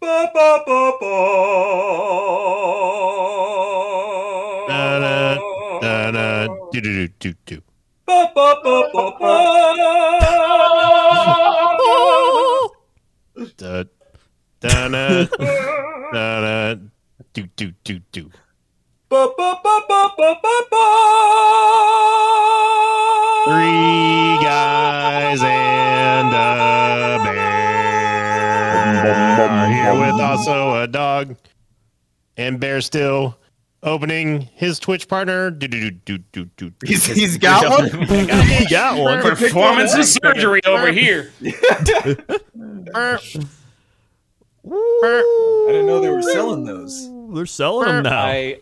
Ba ba ba ba. Da-da, da-da, do-do-do-do-do. Ba ba ba ba ba. Da- da-da, da-da, do-do-do-do. Ba ba ba ba ba ba ba. Three guys and a bear are here with also a dog and bear still opening his Twitch partner. Do-do-do-do-do-do. He's, he's got one. He got one. Performance is surgery over here. Burp. Burp. I didn't know they were selling those. They're selling them now I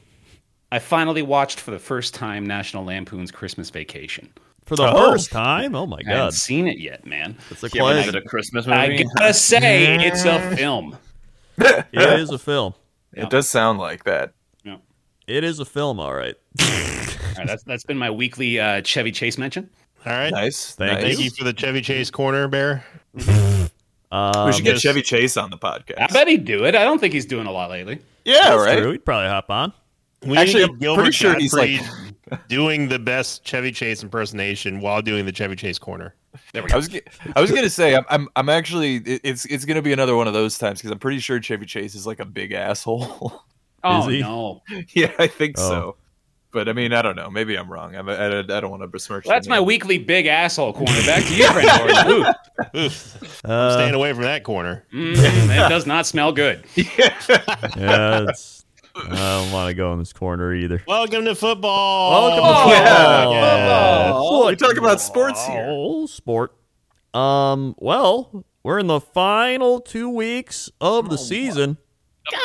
I finally watched for the first time National Lampoon's Christmas Vacation. for the Oh. first time. Oh my I haven't god! seen it yet, man. It's a Yeah, play. is it a Christmas I movie? gotta say, it's a film. It is a film. It does sound like that. It is a film. All right. All right, that's that's been my weekly uh, Chevy Chase mention. All right. Nice. nice. Thank Thank you for the Chevy Chase corner, Bear. Um, We should get Yes. Chevy Chase on the podcast. I bet he'd do it. I don't think he's doing a lot lately. yeah, that's right. true. We'd probably hop on. We Actually, need I'm Gilbert pretty sure he's Gottfried doing the best Chevy Chase impersonation while doing the Chevy Chase corner. There we I go. was ge- I was gonna say I'm I'm, I'm actually it- it's it's gonna be another one of those times because I'm pretty sure Chevy Chase is like a big asshole. Oh busy. no, yeah, I think Oh. so. But I mean, I don't know. Maybe I'm wrong. I'm, I, I, I don't want to besmirch. well, that's the my name. weekly big asshole corner. Back to you, friend. Gordon. Ooh. Uh, Staying away from that corner. Mm, that does not smell good. Uh, yeah, it's, I don't want to go in this corner either. Welcome to Oh, football. Welcome to football. Yeah. We're talking about sports here. Oh, sport. Um. Well, we're in the final two weeks of the Oh, season.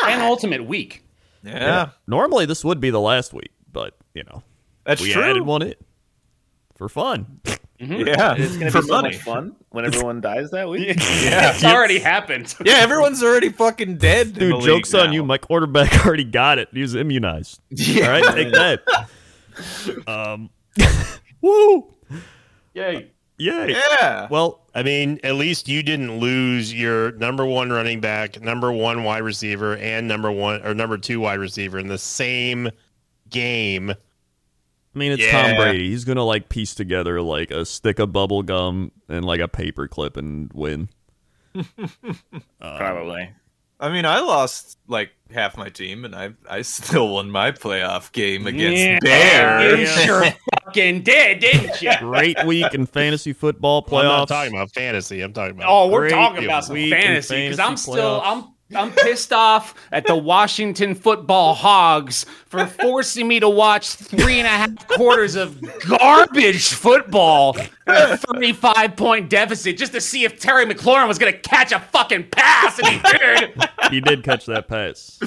An ultimate week. Yeah, Normally, this would be the last week, but you know, that's we true. added one in for fun. Yeah, It's going to for be so money. much fun when everyone dies that week. Yeah, It's already happened. yeah. Everyone's already fucking dead. in the Dude, league jokes on now. you. My quarterback already got it. He was immunized. Yeah. All right, take that. Um. woo! Yay. Yay! Yeah. Well, I mean, at least you didn't lose your number one running back, number one wide receiver, and number one or number two wide receiver in the same game. I mean, it's Tom Yeah. Brady. He's gonna like piece together like a stick of bubble gum and like a paper clip and win. Probably. I mean, I lost like half my team, and I I still won my playoff game against Yeah. Bears. You sure fucking did, didn't you? Great week in fantasy football playoffs. Well, I'm not talking about fantasy. I'm talking about. Oh, we're Great talking about some week in fantasy because I'm fantasy playoffs. still I'm I'm pissed off at the Washington football hogs for forcing me to watch three and a half quarters of garbage football at a 35 point deficit just to see if Terry McLaurin was gonna catch a fucking pass and he did. He did catch that pass.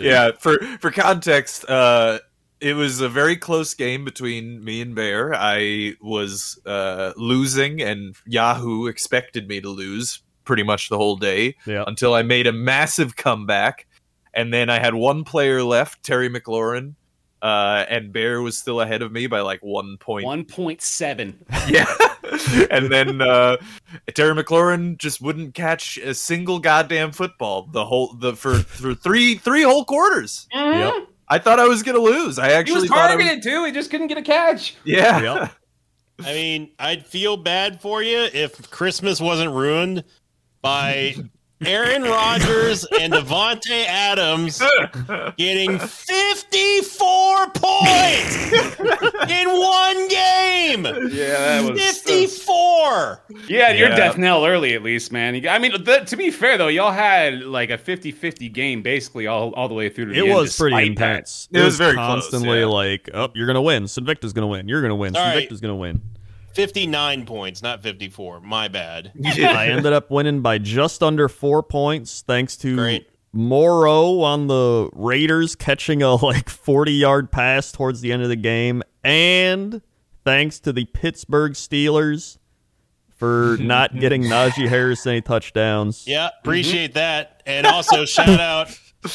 yeah for for context uh it was a very close game between me and bear i was uh losing and yahoo expected me to lose pretty much the whole day Yeah. until i made a massive comeback and then i had one player left terry mclaurin uh, and Bear was still ahead of me by like one point. 1.7. Yeah, and then uh, Terry McLaurin just wouldn't catch a single goddamn football the whole the for, for three three whole quarters. Yep. I thought I was gonna lose. I He Mm-hmm. actually was thought I was- targeted too. He just couldn't get a catch. Yeah. Yep. I mean, I'd feel bad for you if Christmas wasn't ruined by Aaron Rodgers and Devontae Adams getting 54 points in one game. Yeah, that uh, 54. Yeah, you're Yeah. death knell early at least, man. You- I mean, th- to be fair though, y'all had like a 50-50 game basically all, all the way through. To the It end, was pretty despite that. intense. It was very close, constantly yeah. like, oh, you're gonna win. Sinvicta's gonna win. You're gonna win. All right. Sinvicta's gonna win. 59 points, not 54. My bad. I ended up winning by just under four points, thanks to Great. Morrow on the Raiders catching a like 40 yard pass towards the end of the game, and thanks to the Pittsburgh Steelers for not getting Najee Harris any touchdowns. Mm-hmm. Yeah, appreciate that. And also shout out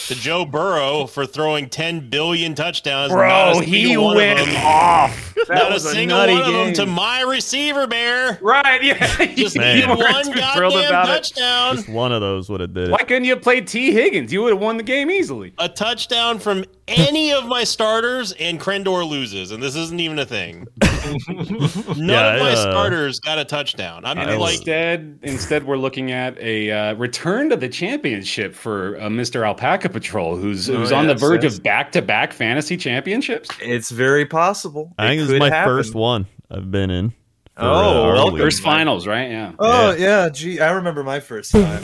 to Joe Burrow for throwing 10 billion touchdowns. Not Bro, a he single one of went them- off. Not a was a single nutty one of them game. to my receiver, Bear. Right, yeah. Just You need Man. one weren't goddamn too thrilled about it. touchdown. Just one of those would have did it. Why couldn't you play T. Higgins? You would have won the game easily. A touchdown from any of my starters, and Krendor loses, and this isn't even a thing. None Yeah, of my uh, starters got a touchdown. I'm I was- like, Instead, instead, we're looking at a uh, return to the championship for uh, Mr. Alpaca Patrol, who's who's on the yes, verge yes. of back-to-back fantasy championships. It's very possible. I It think this is could my happen. first one I've been in. for, Oh, our welcome. league. First finals, right? Yeah. Oh yeah. gee, I remember my first time.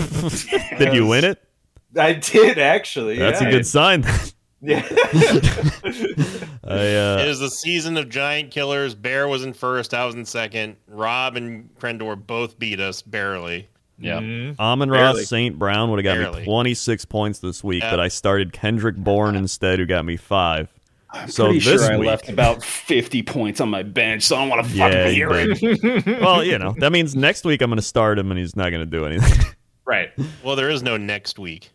Did you win it? I did actually. That's yeah. a good sign. Yeah. I, it uh, was the season of giant killers. Bear was in first, I was in second. Rob and Krendor both beat us barely. Yeah. Mhm. Amon Barely. Ross St. Brown would have got Barely. me 26 points this week, Yeah. but I started Kendrick Bourne instead, who got me five. so Pretty this sure I week, left about 50 points on my bench, so I don't want to fucking yeah, hear it. you did. well, you know, that means next week I'm going to start him and he's not going to do anything. Right. Well, Well, there is no next week.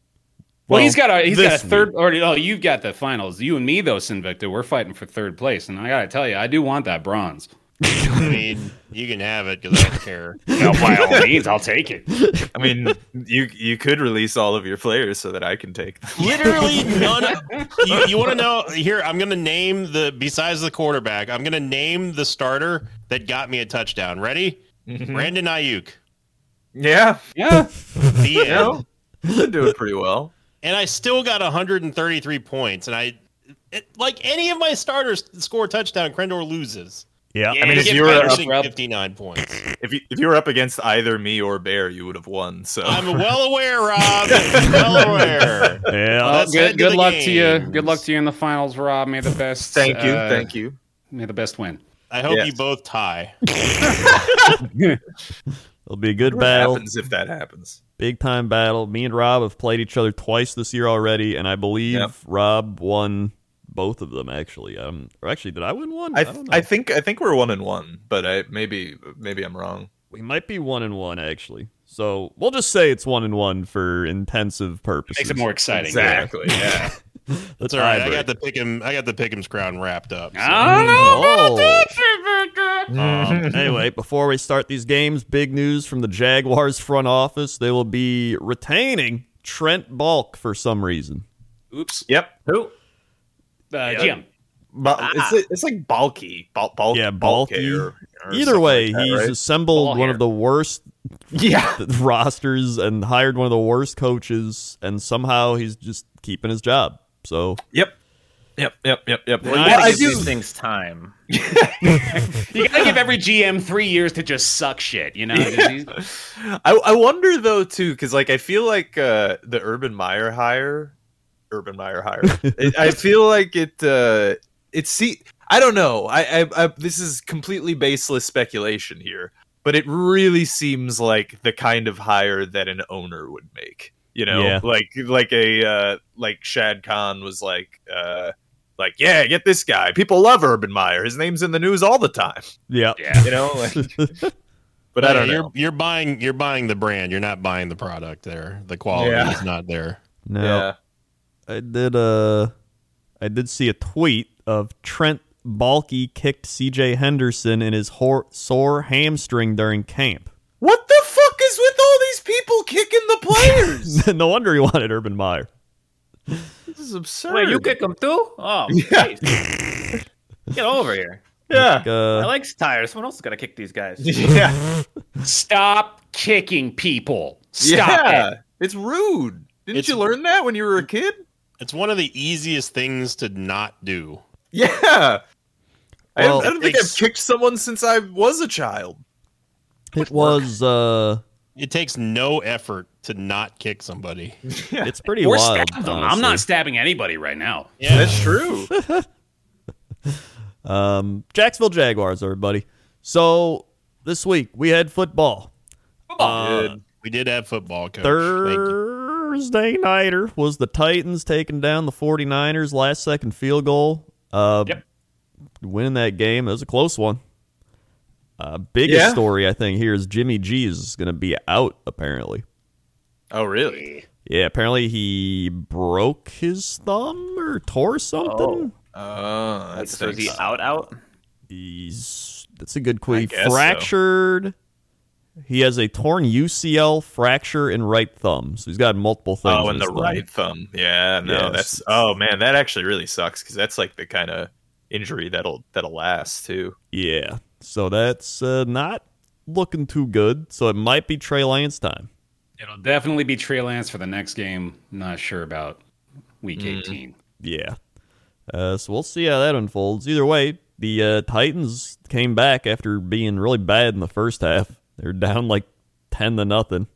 he's got a he's got a this third or oh, you've got the finals. You and me though, Sinvicta, we're fighting for third place, and I gotta tell you, I do want that bronze. I mean, you can have it because I don't care. No, by all means, I'll take it. I mean, you you could release all of your players so that I can take them. Literally none. Of, you you want to know? Here, I'm going to name the besides the quarterback. I'm going to name the starter that got me a touchdown. Ready? Hmm. Mm-hmm. Brandon Ayuk. Yeah, Yeah. The you know, end. you're doing pretty well. And I still got 133 points, and I. It, like any of my starters score a touchdown, Krendor loses. yeah. mean, if Skip you were up- Henderson, up- 59 points. If you if you were up against either me or Bear, you would have won. So I'm well aware, Rob. well aware. Yeah. Well, Let's head to good good the luck to you. games. Good luck to you in the finals, Rob. May the best thank you, uh, thank you. May the best win. I hope Yes. you both tie. It'll be a good What battle. happens if that happens? Big time battle. Me and Rob have played each other twice this year already, and I believe Yep. Rob won both of them. Actually, um, or actually, did I win one? I, I don't know. I think I think we're one and one, but I maybe maybe I'm wrong. we might be one and one actually. So we'll just say it's one and one for intensive purposes. Makes it more exciting. Exactly. Yeah. That's all right. I got the pick'em. I got the pick'em's crown wrapped up. so- I don't know. Oh. Sinvicta. Um, anyway, before we start these games, big news from the Jaguars front office. They will be retaining Trent Balk for some reason. Oops. yep. Who? Uh, GM. Ba- it's, it's like bulky, bul- bulk, Yeah, bulk bulky. hair or Either something way, like that, he's right? assembled Ball one hair. of the worst yeah. rosters and hired one of the worst coaches, and somehow he's just keeping his job. So Yep. Yep. Yep. Yep. Yep. Well, you Well, gotta I give do- these things time. You gotta give every GM three years to just suck shit, you know? I, I wonder though too, because like I feel like uh, the Urban Meyer hire, Urban Meyer hire. it, I feel like it. Uh, it see, I don't know. I, I, I this is completely baseless speculation here, but it really seems like the kind of hire that an owner would make. You know, Yeah. like like a uh, like Shad Khan was like. Uh, like yeah, get this guy. People love Urban Meyer. His name's in the news all the time. yeah, yeah. You know, like, but I Yeah, don't know. you're, You're buying you're buying the brand. You're not buying the product there. The quality Yeah. is not there. no, Yeah. I did. Uh, I did see a tweet of Trent Balky kicked C.J. Henderson in his hor- sore hamstring during camp. What the fuck is with all these people kicking the players? no wonder he wanted Urban Meyer. this is absurd. Wait, you kick them too? Oh, Yeah. jeez. get over here. yeah. I Uh, like tired. Someone else is gonna kick these guys. Yeah. Stop kicking people. Stop yeah. it. It's rude. Didn't It's- you learn that when you were a kid? It's one of the easiest things to not do. Yeah. I, Well, don't, I don't think I've it's- kicked someone since I was a child. it was. Uh, It takes no effort to not kick somebody. it's pretty Or wild. stab them. I'm not honestly. stabbing anybody right now. Yeah. That's true. Um, Jacksonville Jaguars, everybody. So this week we had football. Good. We did have football coach. Thank you. Thursday nighter was the Titans taking down the 49ers last second field goal. Uh, Yep. Winning that game. It was a close one. Uh, biggest Yeah. story, I think, here is Jimmy G is going to be out, apparently. Oh, really? Yeah, apparently he broke his thumb or tore something. Oh, that's So is he out? Out? He's that's a good query. guess so. Fractured. He has a torn UCL fracture in right thumb, so he's got multiple things. Oh, in and his the thumb. right thumb. Yeah, no, Yeah, that's. it's- Oh man, that actually really sucks because that's like the kind of injury that'll that'll last too. Yeah, so that's uh, not looking too good. So it might be Trey Lance time. It'll definitely be Trey Lance for the next game. Not sure about week Mm-hmm. 18. Yeah. Uh, so we'll see how that unfolds. Either way, the uh, Titans came back after being really bad in the first half. they were down like ten to nothing,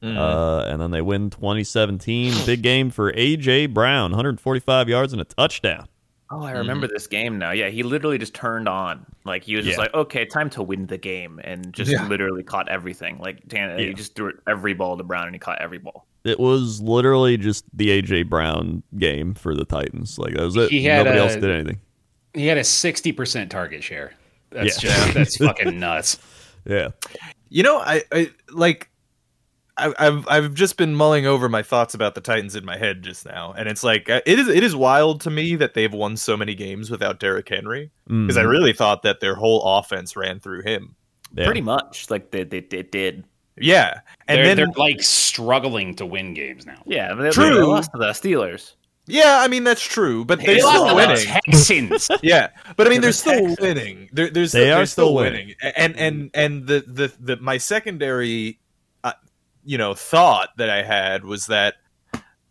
Mm. uh, and then they win 2017. Big game for AJ Brown, 145 yards and a touchdown. Oh, I remember this game now. Yeah, he literally just turned on. Like he was just Mm-hmm. Yeah. like, okay, time to win the game, and just Yeah. literally caught everything. Like Dan, Yeah. he just threw every ball to Brown, and he caught every ball. It was literally just the AJ Brown game for the Titans. Like that was it. He had Nobody a- else did anything. He had a 60% target share. That's Yeah. just that's fucking nuts. Yeah. You know, I, I like. I, I've I've just been mulling over my thoughts about the Titans in my head just now, and it's like uh, it is it is wild to me that they've won so many games without Derrick Henry Mm-hmm. because I Mm-hmm. really thought that their whole offense ran through him. Yeah. Pretty much, like they, they, they did. Yeah, and they're, then they're like struggling to win games now. Yeah, they, They True. lost to the Steelers. yeah, I mean that's true, but they're They lost still to winning. the Texans. yeah, but I mean, they're still winning. They're, they're still, They are they're still still winning. winning. And and and the the, the my secondary, uh, you know, thought that I had was that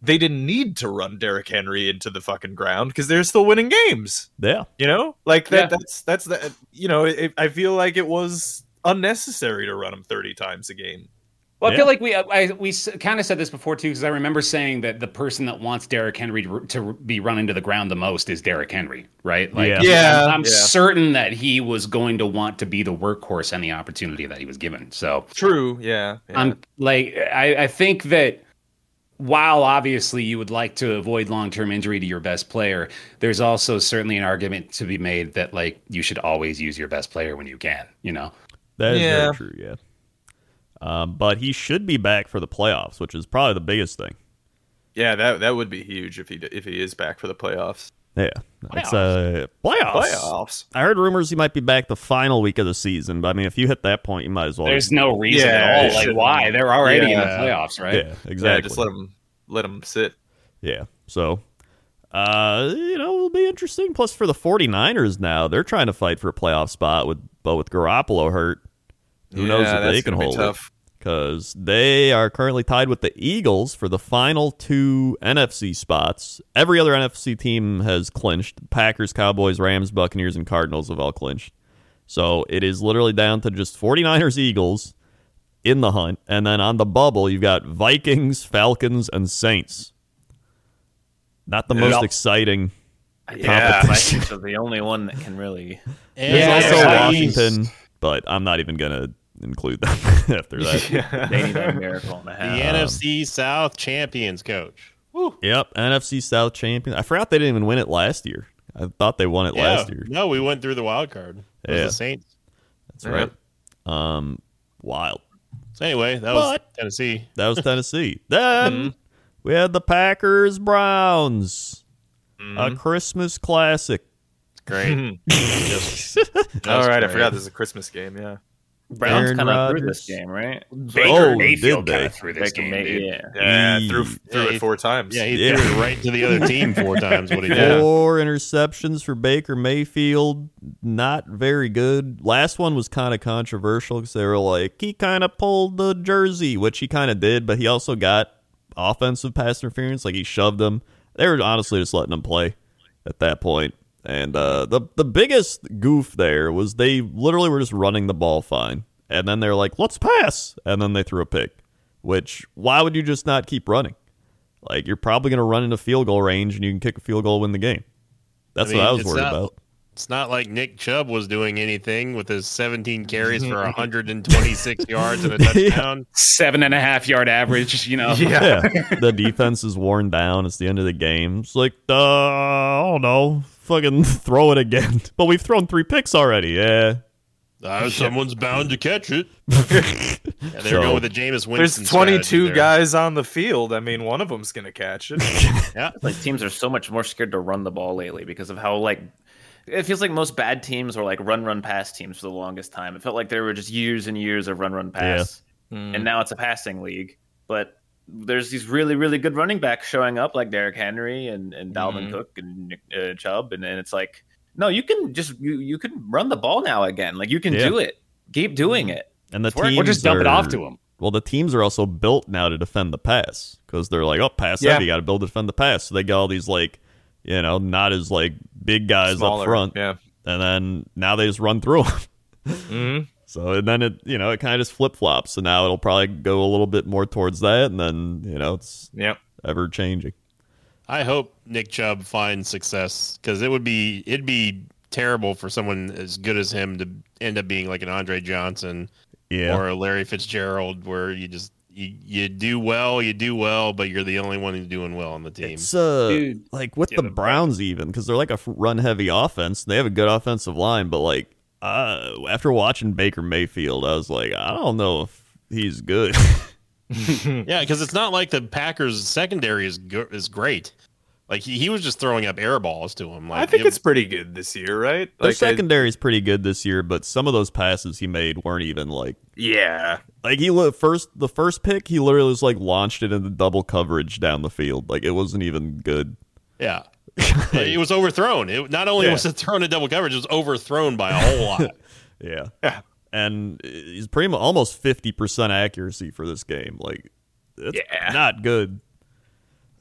they didn't need to run Derrick Henry into the fucking ground because they're still winning games. Yeah. You know, like that. Yeah. That's that's the you know. It, I feel like it was unnecessary to run him thirty times a game. Well, I Yeah. feel like we uh, I, we kind of said this before too, because I remember saying that the person that wants Derrick Henry to, to be run into the ground the most is Derrick Henry, right? Like, Yeah. Yeah. I'm, I'm Yeah. certain that he was going to want to be the workhorse and the opportunity that he was given. So True. Yeah. yeah. I'm like, I, I think that while obviously you would like to avoid long term injury to your best player, there's also certainly an argument to be made that like you should always use your best player when you can, you know. That is Yeah. very true, yeah. Um, but he should be back for the playoffs, which is probably the biggest thing. yeah. That that would be huge if he d- if he is back for the playoffs. Yeah. It's uh, playoffs. Playoffs. I heard rumors he might be back the final week of the season, but I mean, if you hit that point, you might as well. There's no reason Yeah, at it all. Like shouldn't. why they're already in Yeah. the playoffs, right? yeah, exactly. Yeah. Just let him let him sit. Yeah. So, uh, you know, it'll be interesting. Plus, for the 49ers now, they're trying to fight for a playoff spot with, but with Garoppolo hurt, who knows Yeah, if they that's can gonna be hold tough. Because they are currently tied with the Eagles for the final two NFC spots. Every other NFC team has clinched. Packers, Cowboys, Rams, Buccaneers, and Cardinals have all clinched. So it is literally down to just 49ers, Eagles in the hunt. And then on the bubble, you've got Vikings, Falcons, and Saints. Not the most Yep. exciting. I think Yeah. the Vikings are the only one that can really. There's Yeah, also yeah. Washington, but I'm not even going to include them after that. They need a miracle and a The half. NFC South champions coach. Yep, NFC South champion. I forgot they didn't even win it last year. I thought they won it last year. No, we went through the wild card. It was Yeah. the Saints. That's right. Um, wild. So anyway, that was But- Tennessee. That was Tennessee. then we had the Packers Browns, a Christmas classic. Great. Just- that All was right, I great. forgot this is a Christmas game. Yeah, Browns Aaron kind of through Rodgers. this game, right? Oh, Baker Mayfield did they? kind of threw this They can game, make- dude. yeah. yeah, Yee. threw, threw Yeah, it he- four times. Yeah, he Yeah. threw it right to the other team four times. What he did. Yeah. Four interceptions for Baker Mayfield. Not very good. Last one was kind of controversial because they were like, he kind of pulled the jersey, which he kind of did, but he also got offensive pass interference. Like he shoved him. They were honestly just letting him play at that point. And uh, the the biggest goof there was they literally were just running the ball fine, and then they're like, "Let's pass," and then they threw a pick. Which why would you just not keep running? Like you're probably going to run into field goal range, and you can kick a field goal, win the game. That's mean, what I was it's worried not- about. It's not like Nick Chubb was doing anything with his 17 carries for 126 yards and a touchdown. Seven and a half yard average, you know. Yeah, the defense is worn down. It's the end of the game. It's like, uh, I don't know, fucking throw it again. But we've thrown three picks already. Yeah, Uh, Someone's bound to catch it. Yeah, they're So- going with the Jameis Winston. There's strategy 22 there. guys on the field. I mean, one of them's going to catch it. Like teams are so much more scared to run the ball lately because of how like it feels like most bad teams were like run run pass teams for the longest time. It felt like there were just years and years of run run pass, Hmm. Mm-hmm. and now it's a passing league. But there's these really really good running backs showing up like Derrick Henry and and Dalvin Mhm. Cook and uh, Chubb, and then it's like no, you can just you you can run the ball now again. Like you can Yeah. do it. Keep doing Mm-hmm. it. And the Or teams Or just dump it are- off to him. Well, the teams are also built now to defend the pass because they're like, oh, pass Yeah. heavy, got to build to defend the pass. So they got all these like, you know, not as like big guys up Smaller, front, Yeah. and then now they just run through them. hmm So and then it, you know, it kind of just flip flops. So now it'll probably go a little bit more towards that, and then you know, it's Uh, Yep. ever changing. I hope Nick Chubb finds success because it would be it'd be terrible for someone as good as him to end up being like an Andre Johnson Yeah. or a Larry Fitzgerald, where you just you, you do well, you do well, but you're the only one who's doing well on the team. It's uh, Dude. like with Yeah, the the Browns even because they're like a run heavy offense. They have a good offensive line, but like uh, after watching Baker Mayfield, I was like, I don't know if he's good. Yeah, because it's not like the Packers secondary is go- is great. Like he, he was just throwing up air balls to him. Like I think it- it's pretty good this year, right? Their Like, I- secondary is pretty good this year, but some of those passes he made weren't even like yeah. like he li- first the first pick he literally was like launched it into double coverage down the field. Like it wasn't even good. yeah. it was overthrown. It not only was it thrown in double coverage, it was overthrown by a whole lot. Yeah. Yeah. And he's pretty much almost 50% accuracy for this game. Like, it's Yeah. not good.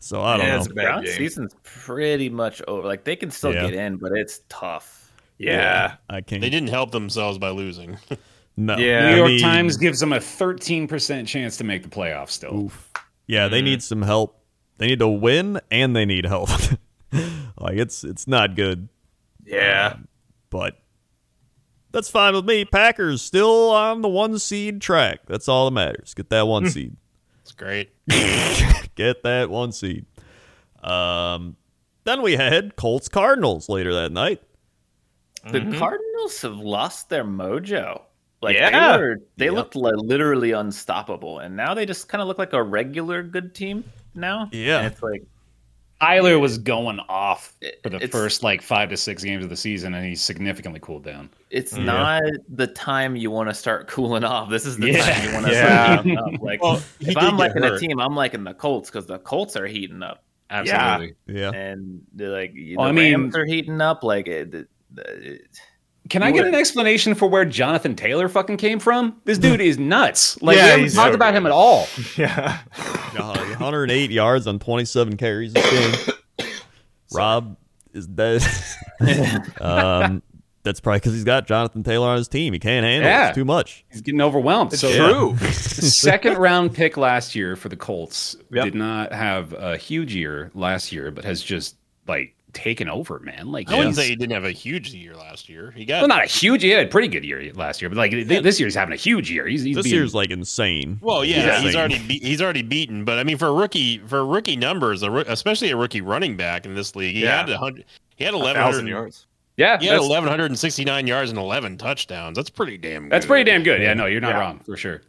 So I don't Yeah, know. it's a bad Brown game. season's pretty much over. Like they can still Yeah. get in, but it's tough. Yeah. I can't. They didn't help themselves by losing. no. Yeah. I New New York mean, Times gives them a 13% chance to make the playoffs still. oof. Yeah, they need some help. They need to win and they need help. like, it's it's not good, Yeah. Uh, but that's fine with me. Packers still on the one seed track. That's all that matters. Get that one seed. It's great. Get that one seed. Um, then we had Colts Cardinals later that night. The Mm-hmm. Cardinals have lost their mojo. Like Yeah. they were, they Yep. looked like literally unstoppable, and now they just kind of look like a regular good team now. Yeah. and it's like Tyler was going off for the It's- first like five to six games of the season, and he significantly cooled down. it's Yeah. not the time you want to start cooling off. This is the Yeah. time you want to Yeah. start heating up. Like he if did I'm get liking a hurt. team, I'm liking the Colts because the Colts are heating up, Absolutely. Yeah. and they're like the Well, I mean- Rams are heating up. Like it, it- it- Can I get an explanation for where Jonathan Taylor fucking came from? This dude is nuts. Like Yeah, we haven't he's talked so about good. him at all. Yeah. 108 yards on 27 carries this game. Rob is dead. um, that's probably because he's got Jonathan Taylor on his team. He can't handle it. Yeah. It's too much. He's getting overwhelmed. It's So true. the second round pick last year for the Colts Yep. did not have a huge year last year, but has just like taken over, man. Like I wouldn't he's- say he didn't have a huge year last year. He got well, not a huge. He had a pretty good year last year, but like th- this year he's having a huge year. He's, he's This being- year's like insane. Well, yeah, Yeah. he's already be- he's already beaten, but I mean for a rookie for rookie numbers, a roo- especially a rookie running back in this league, he Yeah. had a hundred, he had eleven 1,000 hundred, yards. yeah, he had that's, eleven hundred and sixty nine yards and eleven touchdowns. That's pretty damn. that's good pretty damn good. Yeah, no, you're not wrong for sure.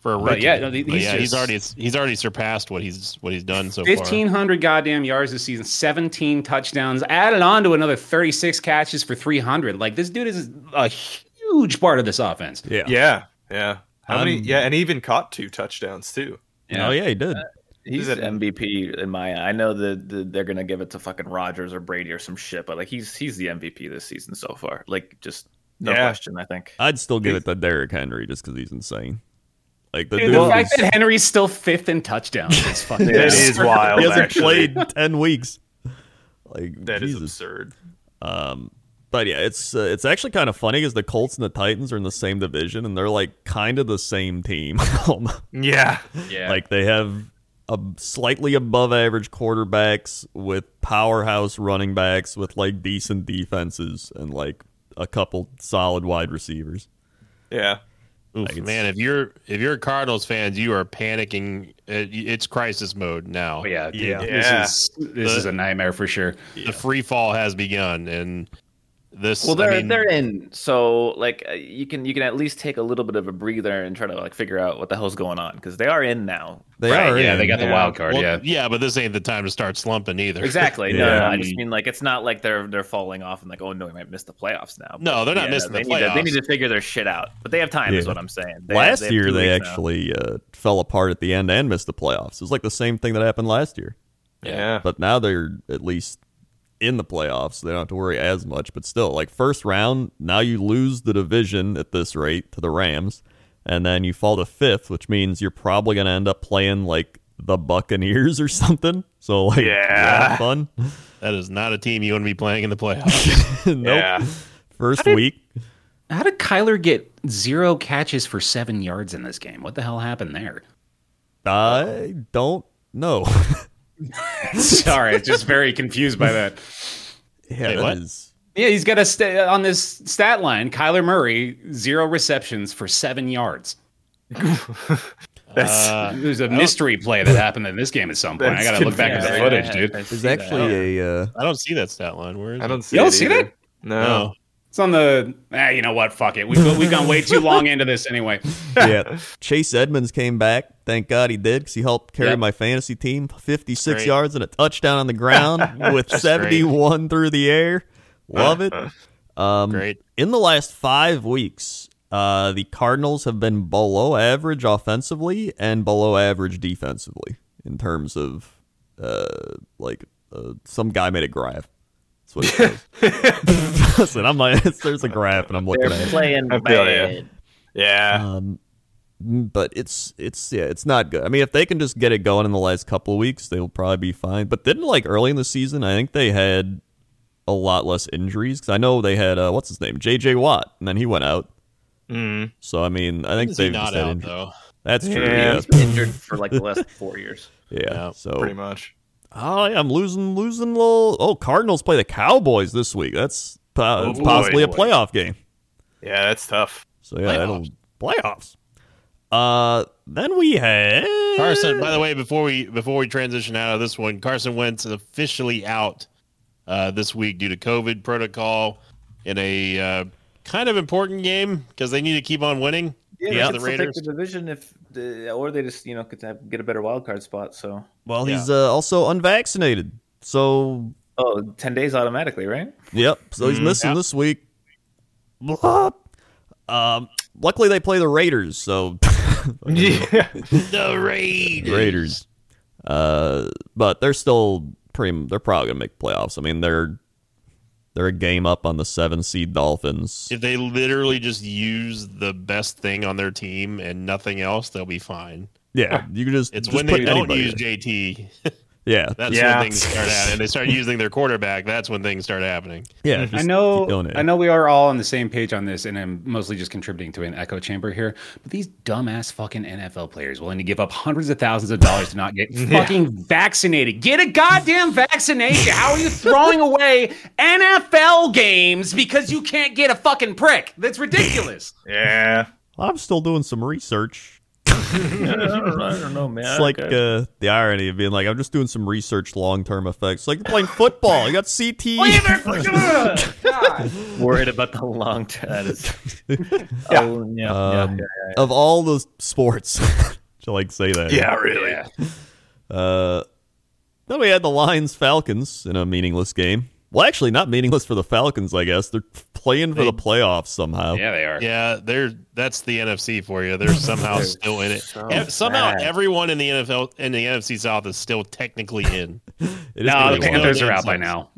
for a but rookie. yeah, no, the- But he's yeah, just- already he's already surpassed what he's what he's done so far. Fifteen hundred goddamn yards this season, seventeen touchdowns, added on to another thirty six catches for three hundred. Like this dude is a huge part of this offense. Yeah. Yeah. Yeah. How many? Um, Yeah. And he even caught two touchdowns, too. Oh, yeah, he did. He's Is it- MVP in my eye. I know that the, they're gonna give it to fucking Rogers or Brady or some shit, but like he's he's the MVP this season so far. Like just no Yeah. question. I think I'd still give it to Derrick Henry just because he's insane. Like, the Dude, dude the fact is- that Henry's still fifth in touchdowns is fucking That is wild. he hasn't actually. played 10 weeks. Like, That is Jesus. absurd. Um, but yeah, it's uh, it's actually kind of funny because the Colts and the Titans are in the same division and they're like kind of the same team. almost. Yeah. yeah. Like they have a slightly above average quarterbacks with powerhouse running backs with like decent defenses and like a couple solid wide receivers. Yeah. Oof, it's- man, if you're if you're Cardinals fans, you are panicking. It, it's crisis mode now. Oh, yeah, dude, Yeah. This Yeah. is this is a nightmare for sure. The free fall has begun, and This Well, they're I mean, they're in, so like uh, you can you can at least take a little bit of a breather and try to like figure out what the hell's going on because they are in now. They Right, Oh, are. yeah, in. they got the Yeah. wild card. well, yeah, but this ain't the time to start slumping either. Exactly. No, Yeah. no, I just mean like it's not like they're they're falling off and like oh no, we might miss the playoffs now. No, they're not Yeah, missing they the need to- playoffs. they need to figure their shit out, but they have time. Is Yeah. what I'm saying. They have- last they have year two they weeks now. actually uh, fell apart at the end and missed the playoffs. It was like the same thing that happened last year. Yeah. But now they're at least in the playoffs. so they don't have to worry as much. But still, like first round, now you lose the division at this rate to the Rams, and then you fall to fifth, which means you're probably going to end up playing like the Buccaneers or something. So like, yeah, fun. That is not a team you want to be playing in the playoffs. nope. yeah. First week, How did Kyler get zero catches for seven yards in this game? What the hell happened there? I don't know. Sorry, just very confused by that. yeah, Wait, that what? is- Yeah, he's got a st- on this stat line. Kyler Murray zero receptions for seven yards. That's Uh, There's a mystery play that happened in this game at some point. I Oh. That's gotta look back at confusing. the Yeah, footage, I- dude. I there's see that. actually a uh, I don't see that stat line. Where is I it? Oh, don't see. You don't it see either. that? No. No. It's on the. Ah, you know what? Fuck it. We've we've gone way too long into this anyway. yeah. Chase Edmonds came back. Thank God he did because he helped carry Yep. my fantasy team 56 Great. yards and a touchdown on the ground with 71 through the air. Love it. Um, Uh-huh. Great. In the last five weeks, uh, the Cardinals have been below average offensively and below average defensively in terms of uh, like uh, some guy made a graph. That's what it says. Listen, I'm like, there's a graph and I'm looking at They're it. playing I feel ya. bad. Yeah. Um, mm, but it's it's yeah, it's not good. I mean, if they can just get it going in the last couple of weeks, they'll probably be fine. But then, like early in the season, I think they had a lot less injuries because I know they had uh, what's his name, J.J. Watt, and then he went out. Mm. So I mean, I When think is he they've not just had out injuries. though? That's true. Yeah. Yeah, He's been injured for like the last four years. yeah. Yeah, Pretty so much. oh, yeah, I'm losing, losing. Little oh, Cardinals play the Cowboys this week. That's po- Oh, it's possibly boy. a playoff game. Yeah, that's tough. So yeah, that'll playoffs. Uh, then we had Carson. By the way, before we before we transition out of this one, Carson Wentz is officially out uh, this week due to COVID protocol in a uh, kind of important game because they need to keep on winning. Yeah, they yeah, can the still take Raiders the take the division if, or they just you know could have, get a better wild card spot. So Well, Yeah. he's uh, also unvaccinated. So, oh, 10 days automatically, right? yep. So Mm-hmm. he's missing this week. Blah. Um, luckily, they play the Raiders. So, Yeah. The Raiders. Raiders. Uh, but they're still pretty. They're probably gonna make playoffs. I mean, they're they're a game up on the seven seed Dolphins. If they literally just use the best thing on their team and nothing else, they'll be fine. Yeah, you can just It's just when they put don't anybody use in. JT. Yeah, That's Yeah. when things start happening. And they start using their quarterback. That's when things start happening. yeah. I just keep know. doing it. I know we are all on the same page on this, and I'm mostly just contributing to an echo chamber here. But these dumbass fucking NFL players willing to give up hundreds of thousands of dollars to not get fucking vaccinated. Get a goddamn vaccination. How are you throwing away NFL games because you can't get a fucking prick? That's ridiculous. yeah. I'm still doing some research. I, don't, know, man. It's like uh, the irony of being like, I'm just doing some research long term effects. Like you're playing football, you got E CT. worried about the long term. Yeah. Oh, yeah, Um, of all the sports, to like say that. Yeah. Really. Uh, then we had the Lions Falcons in a meaningless game. Well, actually, not meaningless for the Falcons, I guess. They're playing for the playoffs somehow. Yeah, they are. Yeah, they're that's the NFC for you. They're somehow still in it. Ev- somehow bad. everyone in the NFL in the NFC South is still technically in. It is No, Oh, the meaningless. Panthers are out by now.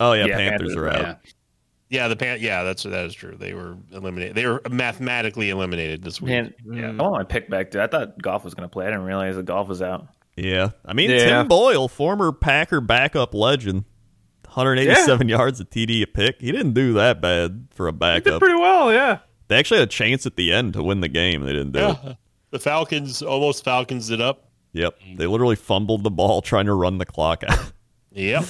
Oh yeah, Yeah, Panthers, are Panthers, out. Yeah. Yeah, the pan. Yeah, that's that is true. They were eliminated. They were mathematically eliminated this week. Man, yeah. I want my pick back, dude. I thought golf was going to play. I didn't realize that golf was out. Yeah, I mean Yeah. Tim Boyle, former Packer backup legend, 187 yards, a TD, a pick. He didn't do that bad for a Did backup. pretty well. Yeah. They actually had a chance at the end to win the game. They didn't do it. Yeah. The Falcons almost Falcons it up. Yep, they literally fumbled the ball trying to run the clock out. Yep,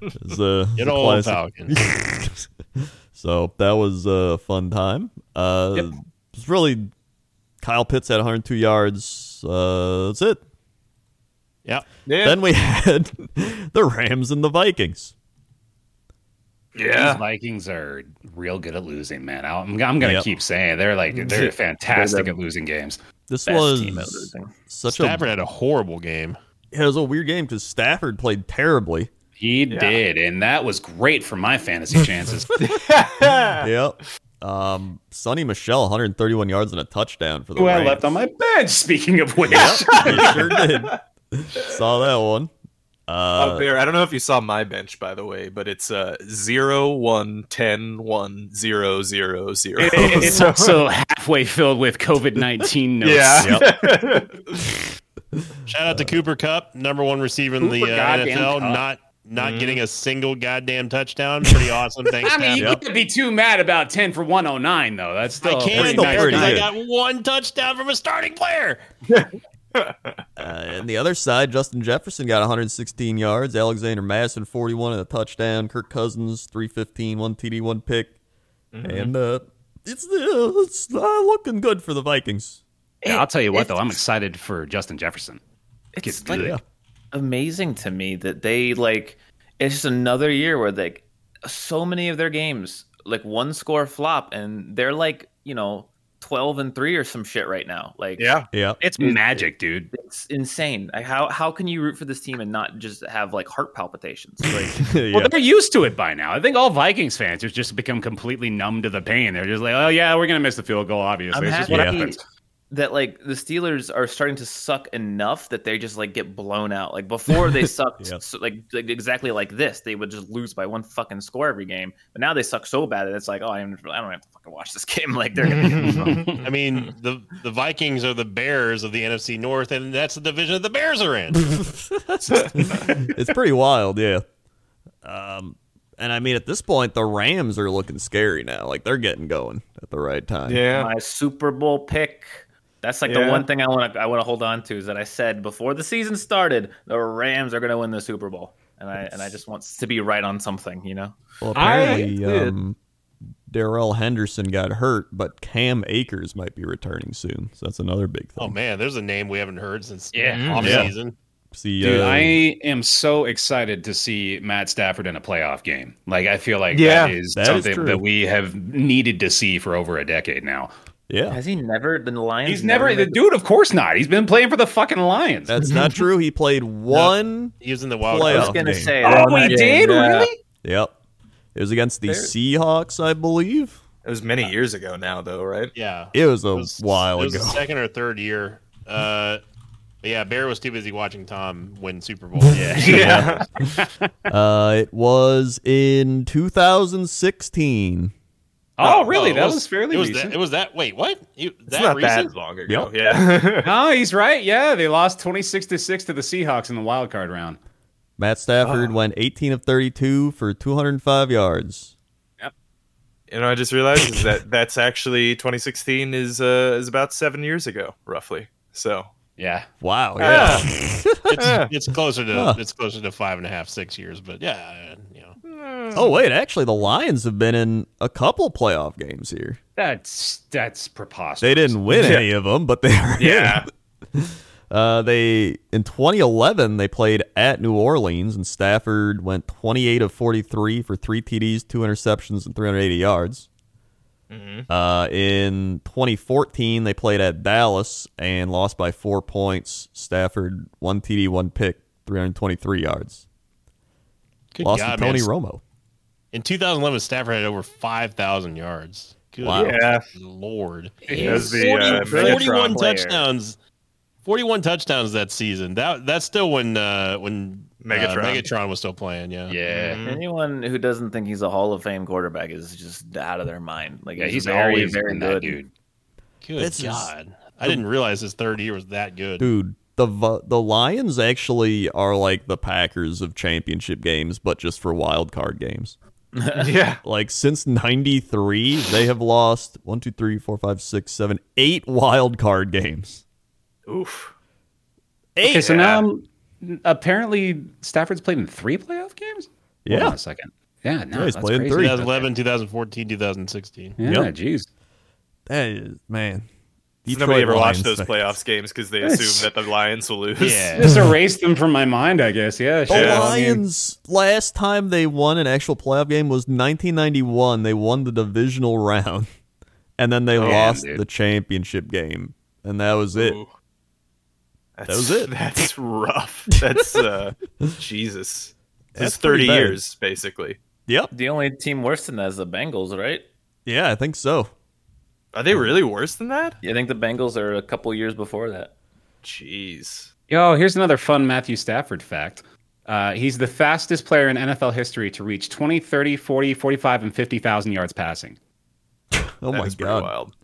It was, uh, good a old classic. Falcons. So that was a fun time. Uh, It was really Kyle Pitts had 102 yards. Uh, that's it. Yep. Yeah. Then we had the Rams and the Vikings. Yeah. These Vikings are real good at losing, man. I'll- I'm, I'm gonna Yep. keep saying they're like they're fantastic at losing games. This Best was team out of everything. such Stafford had a horrible game. a yeah, it was a weird game because Stafford played terribly. He did, and that was great for my fantasy chances. Yep. Um, Sonny Michelle, 131 yards and a touchdown for the Who I Rams. left on my bench. Speaking of which, He sure did. Saw that one. Up there, I don't know if you saw my bench, by the way, but it's uh, 0, 1, 10, 1, 0, 0, 0. it's also halfway filled with COVID nineteen notes. yeah. Shout out to Cooper Cup, number one receiver in the Cooper uh, goddamn NFL, Kupp. not not getting a single goddamn touchdown. Pretty awesome. Thanks, I mean, you Stafford. can't be too mad about ten for one oh nine though. That's I still can't pretty still nice. because pretty I good. got one touchdown from a starting player. Uh, and the other side, Justin Jefferson got 116 yards. Alexander Madison, 41 and a touchdown. Kirk Cousins, 315, one TD, one pick. Mm-hmm. And uh, it's, uh, it's not looking good for the Vikings. Yeah, I'll tell you what though, I'm excited for Justin Jefferson. It's Gets like good. amazing to me that they like. It's just another year where like so many of their games like one score flop, and they're like you know twelve and three or some shit right now. Like Yeah. Yeah. It's magic, dude. It's insane. Like, how how can you root for this team and not just have like heart palpitations? Like, Well, they're used to it by now. I think all Vikings fans have just become completely numb to the pain. They're just like, oh yeah, we're gonna miss the field goal. Obviously, I'm it's just happy what happens. that like the Steelers are starting to suck enough that they just like get blown out. Like before they sucked Yeah. so, like, like exactly like this, they would just lose by one fucking score every game. But now they suck so bad that it's like, oh, I don't, I don't have to fucking watch this game. Like they're gonna get I mean, the the Vikings are the Bears of the NFC North, and that's the division that the Bears are in. it's pretty wild, yeah. Um, and I mean, at this point, the Rams are looking scary now. Like they're getting going at the right time. Yeah. my Super Bowl pick. That's like the Yeah. one thing I want to I want to hold on to is that I said before the season started, the Rams are going to win the Super Bowl, and I and I just want to be right on something, you know. Well, I apparently, did- um, Darrell Henderson got hurt, but Cam Akers might be returning soon. So that's another big oh thing. man, there's a name we haven't heard since Yeah. off Yeah. Oh, season. See, Dude, uh, I am so excited to see Matt Stafford in a playoff game. Like I feel like Yeah, that is that is something true. that we have needed to see for over a decade now. yeah, Has he never been the Lions? He's never the made dude, of course not. He's been playing for the fucking Lions. Mm-hmm. that's not true. He played one. He was in the wild I Playoff. card. was going to game. say. oh, that- we did really? Yep, it was against the Seahawks, I believe. It was many years ago now, though, right? Yeah, It was a It was- while it was ago. the second or third year. Uh, but yeah, Bear was too busy watching Tom win Super Bowl. Yeah. Uh, it was in 2016. Oh, really? it that was, fairly It was recent. that. It was that. Wait, what? You, that It's not recent? that long ago. Yep. Yeah. No, Oh, he's right. Yeah, they lost twenty six to six to the Seahawks in the wild card round. Matt Ah. Stafford went 18 of 32 for 205 yards. you know, I just realized is that that's actually 2016 is uh, is about seven years ago, roughly. So Yeah. Wow. Ah. yeah, It's closer to Huh. it's closer to five and a half, six years. But yeah, uh, you know, Oh wait, actually, the Lions have been in a couple playoff games here. That's that's preposterous. They didn't win any of them, but they are. in. yeah. Uh, they in 2011 they played at New Orleans, and Stafford went 28 of 43 for three TDs, two interceptions, and 380 yards. Mm-hmm. Uh, in 2014 they played at Dallas and lost by four points. Stafford one TD, one pick, 323 yards. good lost God, to Tony man. Romo. In 2011, Stafford had over 5,000 yards. Good Wow. Yeah. Lord. That was the, 40 uh, 41 Megatron player. touchdowns. 41 touchdowns that season. That that's still when uh when uh, Megatron. Megatron was still playing, yeah. Yeah. Mm-hmm. Anyone who doesn't think he's a Hall of Fame quarterback is just out of their mind. Like Yeah, he's very, always very been good. that dude. Good This is- God. I didn't realize his third year was that good. Dude, the Vi- the Lions actually are like the Packers of championship games, but just for wild card games. yeah. Like since '93, they have lost one, two, three, four, five, six, seven, eight wild card games. Oof. Eight. Okay, so now I'm- apparently Stafford's played in three playoff games. Hold on yeah, a second. Yeah, no, Yeah, he's that's played in crazy. three. 2011, 2014, 2016. Yeah, Yep. jeez. that is man. Nobody ever watched Lions those thing. playoffs games because they assume that the Lions will lose. Yeah. Just erase them from my mind, I guess. Yeah. The sure. I mean, Lions last time they won an actual playoff game was 1991. They won the divisional round, and then they lost dude. the championship game, and that was it. Ooh. That's, was it. That's rough. That's uh, Jesus. That's That's thirty pretty bad. years basically. Yep. The only team worse than that is the Bengals, right? Yeah, I think so. Are they really worse than that? Yeah, I think the Bengals are a couple years before that. Jeez. Yo, here's another fun Matthew Stafford fact. Uh, he's the fastest player in NFL history to reach 20, 30, 40, 45, and 50,000 yards passing. Oh That my is pretty god. wild.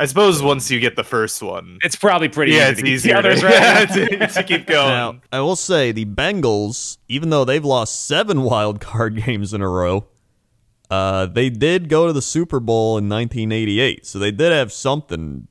I suppose once you get the first one, It's probably pretty yeah, it's easy. to easier get the others to, right. yeah, to, to keep going. Now, I will say the Bengals, even though they've lost seven wild card games in a row, uh, they did go to the Super Bowl in 1988, so they did have something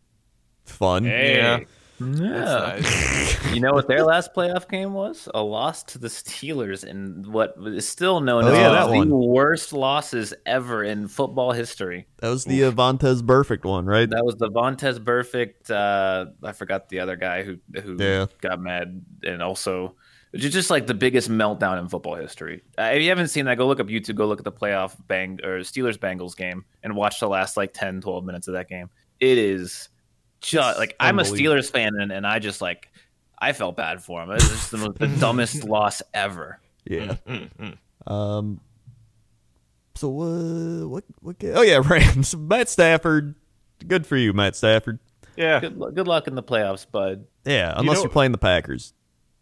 fun. Hey. Yeah. Yeah. That's nice. You know what their last playoff game was? A loss to the Steelers in what is still known Oh, as yeah, one of that the one. worst losses ever in football history. That was the Avantes perfect one, right? That was the Vontez Perfect. Uh, I forgot the other guy who who Yeah. got mad and also it's just like the biggest meltdown in football history. Uh, if you haven't seen that, go look up YouTube. Go look at the playoff bang or Steelers Bengals game and watch the last like 10, 12 minutes of that game. It is just like I'm a unbelievable. Steelers fan and, and I just like I felt bad for him. It was just the, most, the dumbest loss ever. Yeah. Mm, Um. So what? What? What? ga- Oh yeah, Rams. Matt Stafford. Good for you, Matt Stafford. yeah. Good, lu- good luck in the playoffs, bud. Yeah, unless know- you're playing the Packers.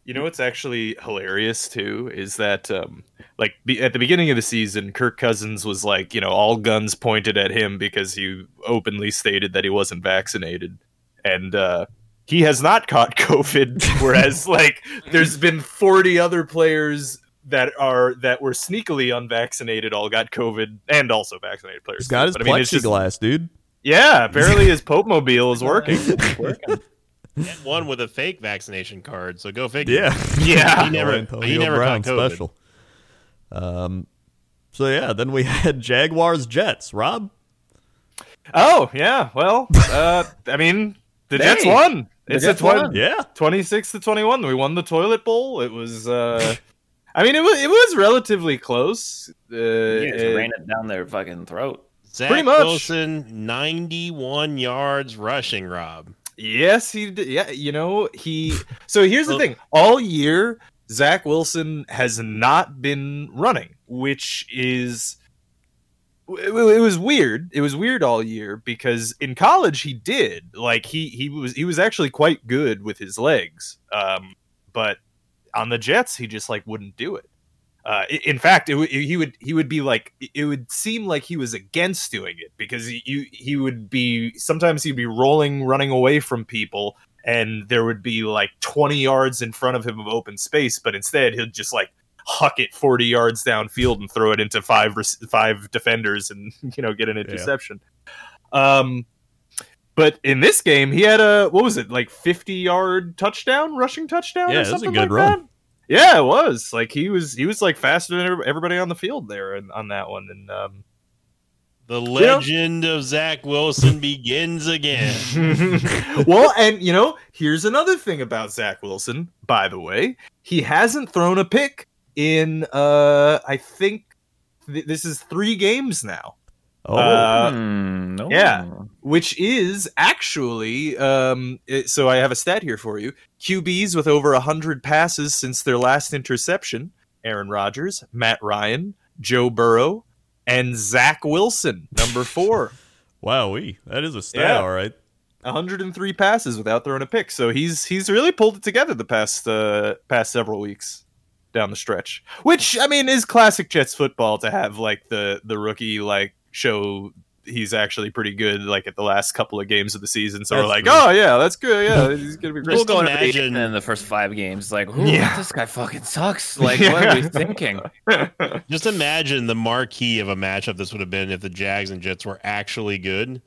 You know what's actually hilarious too is that um, like be, at the beginning of the season, Kirk Cousins was like you know all guns pointed at him because he openly stated that he wasn't vaccinated, and uh, he has not caught COVID. Whereas like there's been 40 other players that are that were sneakily unvaccinated all got COVID and also vaccinated players. He's got his But, I mean, it's just- plexiglass, dude. yeah, apparently his Pope mobile is working. And one with a fake vaccination card, so go figure. Yeah. Yeah. he Or never, Antonio he never Brown caught COVID. special. Um. So yeah, then we had Jaguars Jets. Rob. Oh yeah, well, uh, I mean, the Hey, Jets won. the It's Jets a twen- won. Yeah. 26 to 21. We won the toilet bowl. It was, uh, I mean, it was it was relatively close. Uh, You just it- ran it down their fucking throat. Zach Pretty much. Wilson, 91 yards rushing, Rob. yes, he did. Yeah, you know he. So here's the thing: all year, Zach Wilson has not been running, which is. It it was weird. It was weird all year because in college he did like he he was he was actually quite good with his legs, um, but on the Jets he just like wouldn't do it. Uh, i- in fact, it, w- he would he would be like it would seem like he was against doing it because he you- he would be sometimes he'd be rolling running away from people and there would be like 20 yards in front of him of open space, but instead he'll just like huck it 40 yards downfield and throw it into five rec- five defenders and you know get an interception. Um but in this game he had a what was it like 50 yard touchdown rushing touchdown Yeah, or that's a something good like run. that. Yeah, it was like he was he was like faster than every- everybody on the field there and on that one. And um, The legend of Zach Wilson begins again. well, and you know, here's another thing about Zach Wilson. By the way, he hasn't thrown a pick in uh, I think th- this is three games now, Oh. Uh, Hmm, no. yeah. which is actually um, it- so. I have a stat here for you: QBs with over hundred passes since their last interception. Aaron Rodgers, Matt Ryan, Joe Burrow, and Zach Wilson, number four. Wowee. That is a stat. Yeah. All right. 103 passes without throwing a pick. So he's he's really pulled it together the past uh, past several weeks down the stretch. Which I mean is classic Jets football to have like the the rookie like show he's actually pretty good like at the last couple of games of the season. So That's we're like, true. "Oh yeah, that's good. Yeah, he's going to be great." Just People going imagine- imagine in the first five games, like, Ooh, Yeah. this guy fucking sucks. Like, what are we thinking? Just imagine the marquee of a matchup this would have been if the Jags and Jets were actually good.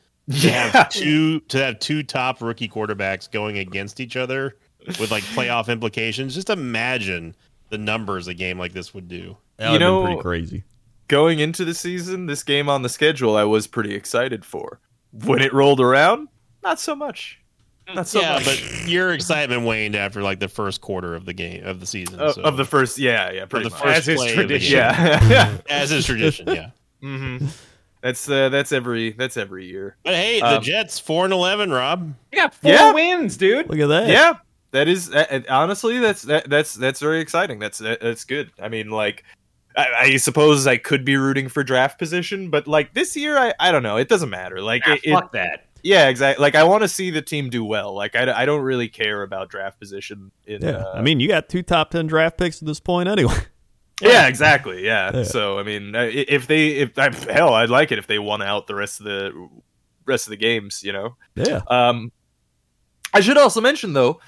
To have two to have two top rookie quarterbacks going against each other with like playoff implications. Just imagine the numbers a game like this would do. That You would've been know- pretty crazy. going into the season, this game on the schedule I was pretty excited for. When it rolled around, not so much. Not so yeah, much. but your excitement waned after like the first quarter of the game of the season. Of- so- of the first, yeah, yeah, pretty the much. first As is play of the tradition. game. yeah, as is tradition. Yeah, hmm That's uh, that's every that's every year. but hey, the Um, Jets four and eleven. Rob, We got four Yeah. wins, dude. Look at that. Yeah, that is uh, uh, honestly that's that, that's that's very exciting. That's that, that's good. I mean, like I, I suppose I could be rooting for draft position, but like this year, I I don't know. It doesn't matter. Like Ah, it, it- fuck that. yeah, exactly. Like I want to see the team do well. Like I, I don't really care about draft position. In, Yeah. uh, I mean, you got two top 10 draft picks at this point anyway. yeah, exactly. Yeah. Yeah. So I mean, I- if they if I, hell, I'd like it if they won out the rest of the rest of the games. You know. yeah. Um, I should also mention though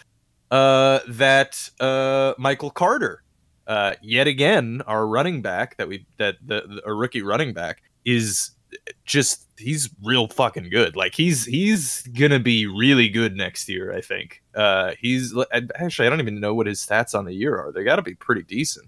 uh, that uh, Michael Carter, uh, yet again, our running back that we that the, the a rookie running back is just he's real fucking good. Like he's he's gonna be really good next year. I think. Uh, he's actually I don't even know what his stats on the year are. They got to be pretty decent.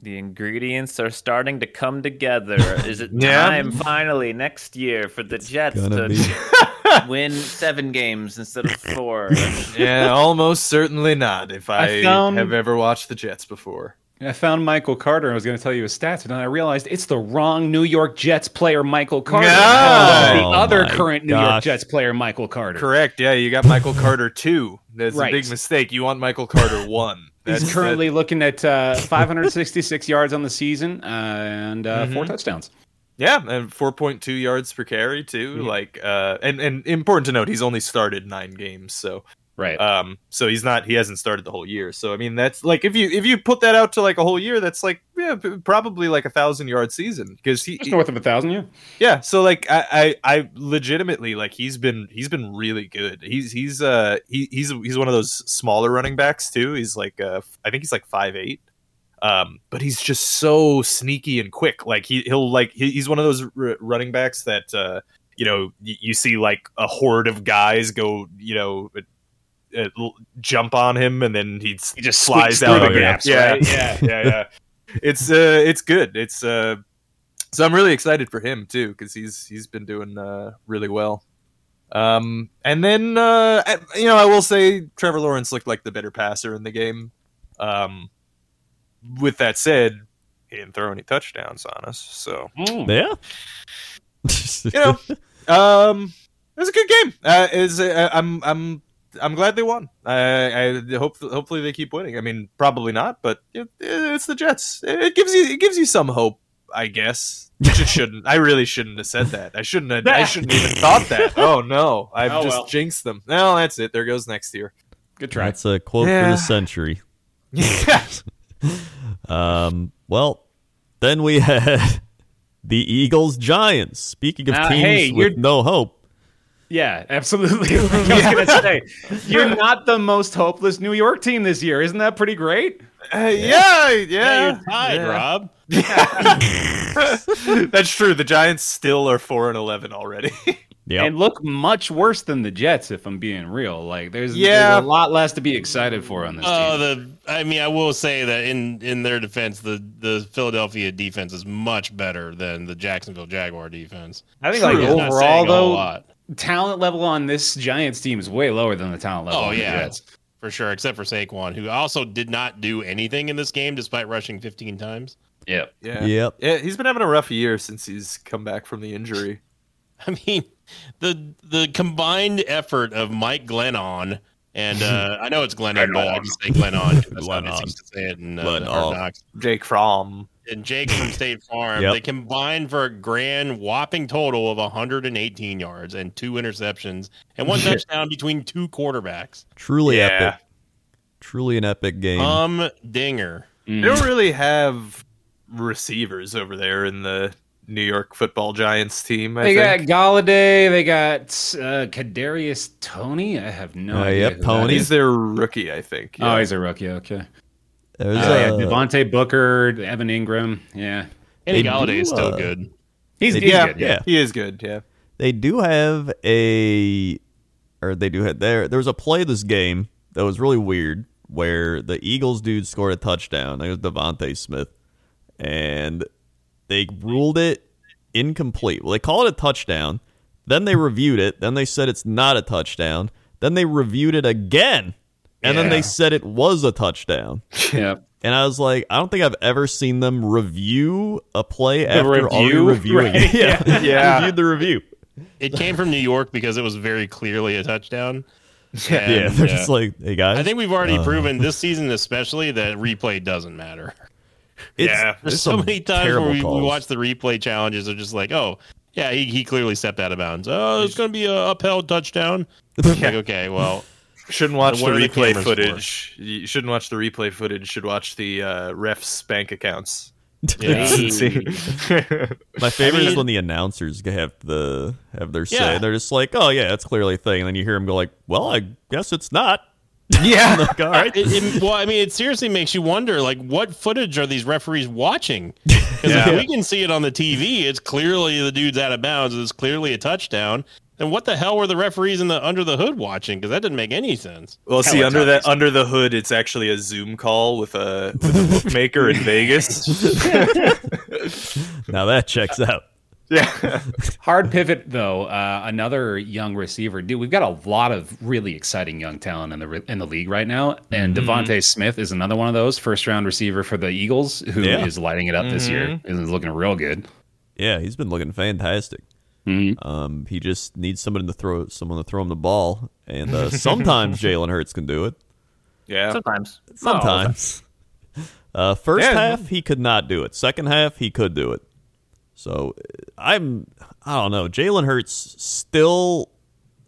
The ingredients are starting to come together. Is it Yeah. time finally next year for the Jets gonna to win seven games instead of four? yeah, almost certainly not. If I, I found- have ever watched the Jets before. And I found Michael Carter. and I was going to tell you his stats, but then I realized it's the wrong New York Jets player, Michael Carter. No! It's the Oh other my current New gosh. York Jets player, Michael Carter. Correct. Yeah, you got Michael Carter two. That's Right. a big mistake. You want Michael Carter one. That's He's currently looking at uh, 566 yards on the season uh, and uh, Mm-hmm. four touchdowns. that- yeah, and four point two yards per carry too. Mm-hmm. Like, uh, and and important to note, he's only started nine games, so Right. um, so he's not he hasn't started the whole year. So I mean, that's like if you if you put that out to like a whole year, that's like yeah, p- probably like a thousand yard season because he Just north of a thousand, yeah. Yeah, so like I, I, I legitimately like he's been he's been really good. He's he's uh he, he's he's one of those smaller running backs too. He's like uh I think he's like five eight, um, but he's just so sneaky and quick. Like he he'll like he, he's one of those r- running backs that uh you know y- you see like a horde of guys go you know. Uh, l- jump on him and then he, he just squeaks flies out through of the it. gaps, yeah, right? yeah, yeah, yeah. It's uh, it's good. It's uh, so I'm really excited for him too because he's he's been doing uh, really well. Um, and then uh, I- you know I will say Trevor Lawrence looked like the better passer in the game. Um, with that said, he didn't throw any touchdowns on us, so Yeah. you know um, it was a good game. Uh, is uh, I'm I'm. I'm glad they won. I, I hope hopefully they keep winning. I mean, probably not, but it, it's the Jets. It gives you it gives you some hope, I guess. Which it shouldn't. I really shouldn't have said that. I shouldn't. Have, I shouldn't even thought that. Oh no, I've Oh, just well. jinxed them. Well, that's it. There goes next year. Good try. That's a quote for Yeah. the century. yeah. Um, well, then we had the Eagles Giants. Speaking of Uh, teams hey, with you're- no hope. Yeah, absolutely. Like I was gonna say, you're not the most hopeless New York team this year. Isn't that pretty great? Uh, yeah, yeah, yeah, you're tied, yeah. Rob. That's true. The Giants still are four and eleven already. Yep. And look much worse than the Jets, if I'm being real. Like there's, Yeah. there's a lot less to be excited for on this Oh, team. the I mean, I will say that in in their defense, the the Philadelphia defense is much better than the Jacksonville Jaguar defense. I think True. like It's not saying a Overall, whole though- lot. talent level on this Giants team is way lower than the talent level. Oh, on the yeah. Jets. for sure, except for Saquon, who also did not do anything in this game despite rushing 15 times. yeah. Yep. Yeah, he's been having a rough year since he's come back from the injury. I mean, the the combined effort of Mike Glennon and uh, I know it's Glennon, but I just say Glennon. 'cause That's how Glennon. they seem to say it in uh, Glennon. Hard Knocks. Jake Fromm. And Jake from State Farm, Yep. they combined for a grand whopping total of 118 yards and two interceptions and one touchdown between two quarterbacks. Truly Yeah. epic. Truly an epic game. Um, dinger. Mm. Hmm. They don't really have receivers over there in the New York Football Giants team. I They got think Galladay. They got uh, Kadarius Tony. I have no Uh, idea. yep, who that Toney. is. he's their rookie. I think. Oh, yeah. he's a rookie. Okay. There's Uh, yeah, a- Devontae Booker, Evan Ingram. Yeah. And They Galladay is do, still uh, good. He's, They he's yeah, good. yeah. he is good. Yeah, They do have a, or they do have there. There was a play this game that was really weird where the Eagles dude scored a touchdown. I think It was Devontae Smith, and they ruled it incomplete. Well, they call it a touchdown, Then they reviewed it. Then they said it's not a touchdown. Then they reviewed it again. And then they said it was a touchdown. Yeah. And I was like, I don't think I've ever seen them review a play after already review, reviewing it. right, Yeah. yeah. Reviewed the review. It came from New York because it was very clearly a touchdown. Yeah. And, They're uh, just like, uh, hey, guys. I think we've already proven this season, especially, that replay doesn't matter. it's, yeah. There's so some many times where terrible we, we calls. watch the replay challenges. They're just like, oh, yeah, he, he clearly stepped out of bounds. Oh, it's going to be a upheld touchdown. Like, okay, well, Shouldn't watch the What are the replay cameras footage. You shouldn't watch the replay footage. Should watch the uh, refs' bank accounts. yeah. My favorite I is mean- when the announcers g- have the have their say. Yeah. They're just like, "Oh yeah, that's clearly a thing," and then you hear them go like, "Well, I guess it's not." Yeah. like, All right. It, it, well, I mean, it seriously makes you wonder, like, what footage are these referees watching? Because Yeah. if we can see it on the TV, it's clearly the dude's out of bounds. It's clearly a touchdown. Then what the hell were the referees in the under the hood watching? Because that didn't make any sense. Well, see under Teletext. that under the hood, it's actually a Zoom call with a, with a bookmaker in Vegas. Now that checks out. yeah, Hard pivot though. Uh, another young receiver, dude. We've got a lot of really exciting young talent in the re- in the league right now, and Devonte Smith is another one of those first round receiver for the Eagles who is Yeah. lighting it up this year and is looking real good. Yeah, he's been looking fantastic. Mm-hmm. Um, he just needs somebody to throw someone to throw him the ball, and uh, sometimes Jalen Hurts can do it. yeah. Sometimes. Sometimes. Uh, first Yeah. half he could not do it. Second half he could do it. So uh, I'm I don't know. Jalen Hurts still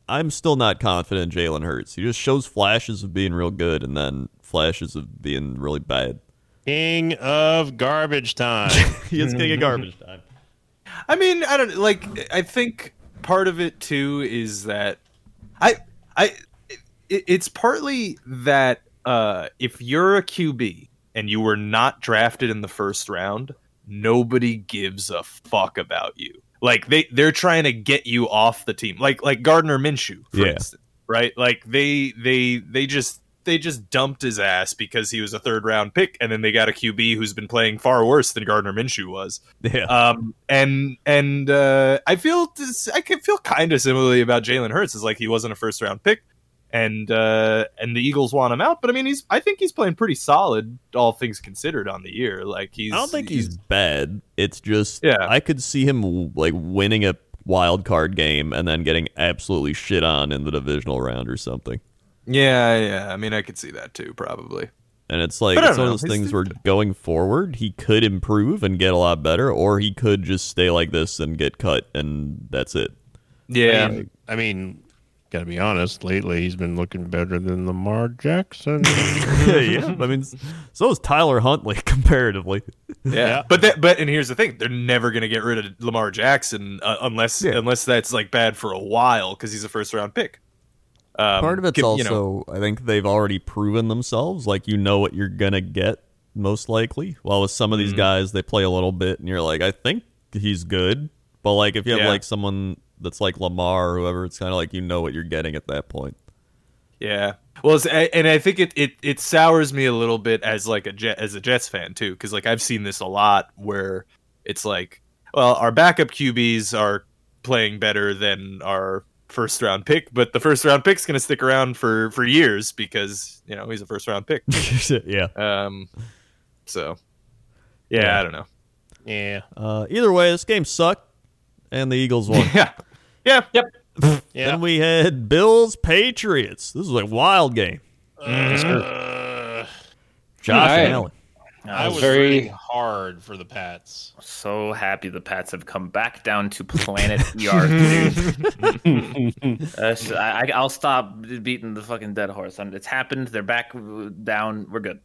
I'm still not confident in Jalen Hurts. He just shows flashes of being real good and then flashes of being really bad. King of garbage time. He is king of garbage time. I mean, I don't like. I think part of it too is that I, I, it, it's partly that uh, if you're a QB and you were not drafted in the first round, nobody gives a fuck about you. Like they, they're trying to get you off the team. Like like Gardner Minshew, for Yeah. instance, right? Like they, they, they just. They just dumped his ass because he was a third round pick, and then they got a QB who's been playing far worse than Gardner Minshew was Yeah. um and and uh i feel this, i can feel kind of similarly about jalen hurts is like he wasn't a first round pick and uh and the eagles want him out but i mean he's i think he's playing pretty solid all things considered on the year like he's I don't think he's bad. It's just Yeah. I could see him like winning a wild card game and then getting absolutely shit on in the divisional round or something. yeah yeah i mean i could see that too probably And it's like But I it's don't one know. of those He's things the- where going forward, he could improve and get a lot better, or he could just stay like this and get cut, and that's it. yeah And, I mean, gotta be honest. Lately, he's been looking better than Lamar Jackson. yeah, I mean, s- so is Tyler Huntley comparatively. Yeah. Yeah. But that, but and here's the thing: they're never going to get rid of Lamar Jackson uh, unless unless that's like bad for a while because he's a first round pick. Um, Part of it's give- also, you know, I think they've already proven themselves. Like you know what you're gonna get most likely. While with some of these guys, they play a little bit, and you're like, I think he's good. But like if you have Yeah. like someone that's like Lamar or whoever, it's kind of like you know what you're getting at that point. yeah. Well, it's, I- and I think it, it it sours me a little bit as like a Jet, as a Jets fan too, because like I've seen this a lot where it's like, well, our backup QBs are playing better than our first round pick, but the first round pick's going to stick around for for years because you know he's a first round pick. yeah. Um, so yeah, I don't know. yeah, Uh, either way, this game sucked, and the Eagles won. Yeah. Yeah. Yep. yeah. Then we had Bills Patriots. This was a wild game. Uh, Josh All right. Allen. I was very- very hard for the Pats. Oh, So happy the Pats have come back down to planet Yard, dude. Uh, so I, I'll stop beating the fucking dead horse. Um, It's happened. They're back uh, down. We're good.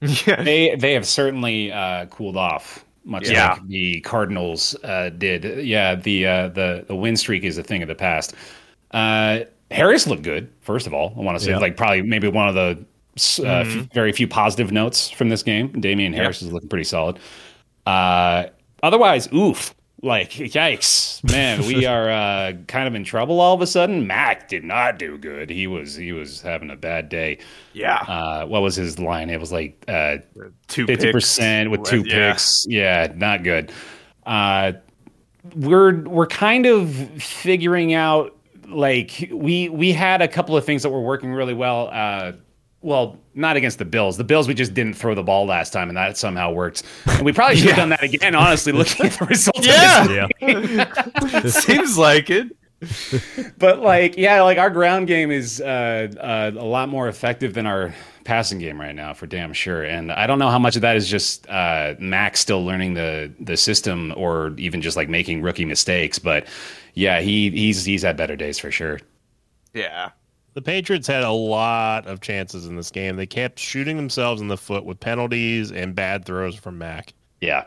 They they have certainly uh, cooled off, much Yeah. like the Cardinals uh, did. Yeah, the uh, the the win streak is a thing of the past. Uh, Harris looked good. First of all, I want to say like probably maybe one of the s- uh, f- very few positive notes from this game. Damian Harris is looking pretty solid. Uh, otherwise, oof. Like yikes, man! We are uh, kind of in trouble all of a sudden. Mac did not do good. He was he was having a bad day. Yeah. Uh, what was his line? It was like uh, two fifty picks. percent with two Yeah. picks. Yeah, not good. Uh, we're we're kind of figuring out like we we had a couple of things that were working really well uh well not against the bills the bills we just didn't throw the ball last time and that somehow worked and we probably should have done that again honestly looking at the results yeah Yeah. Seems like it. but like yeah like our ground game is uh, uh a lot more effective than our passing game right now for damn sure and i don't know how much of that is just uh max still learning the the system or even just like making rookie mistakes but yeah he he's he's had better days for sure Yeah. The Patriots had a lot of chances in this game. They kept shooting themselves in the foot with penalties and bad throws from Mac. yeah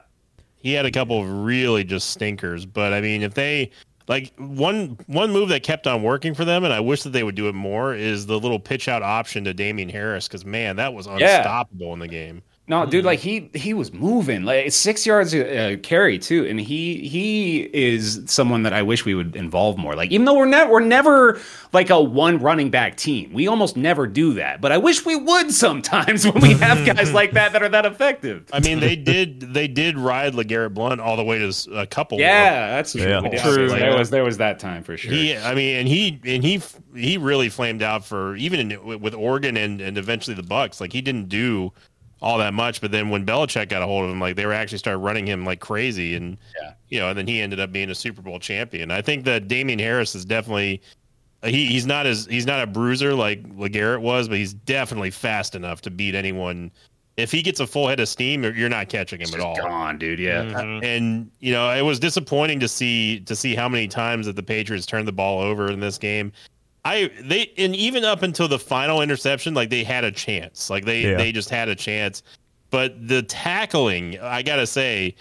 He had a couple of really just stinkers, but I mean, if they like one one move that kept on working for them, and I wish that they would do it more, is the little pitch out option to Damien Harris because man, that was unstoppable in the game. No, dude, like he he was moving like it's six yards uh, carry too, and he he is someone that I wish we would involve more. Like even though we're never we're never like a one running back team, we almost never do that. But I wish we would sometimes when we have guys like that that are that effective. I mean, they did they did ride Legarrette Blunt all the way to s- a couple. Yeah, that's true. Yeah. We did. True. There was there was that time for sure. He, I mean, and he and he he really flamed out for even in, with Oregon and and eventually the Bucks. Like he didn't do all that much, but then when Belichick got a hold of him, like they were actually started running him like crazy, and Yeah. you know, and then he ended up being a Super Bowl champion. I think that Damien Harris is definitely. He, he's not as he's not a bruiser like Legarrette was, but he's definitely fast enough to beat anyone. If he gets a full head of steam, you're you're not catching him Just at all Mm. gone, dude. Yeah. Mm-hmm. and you know it was disappointing to see to see how many times that the Patriots turned the ball over in this game. I they and even up until the final interception, like they had a chance, like they Yeah. they just had a chance. But the tackling, I gotta say,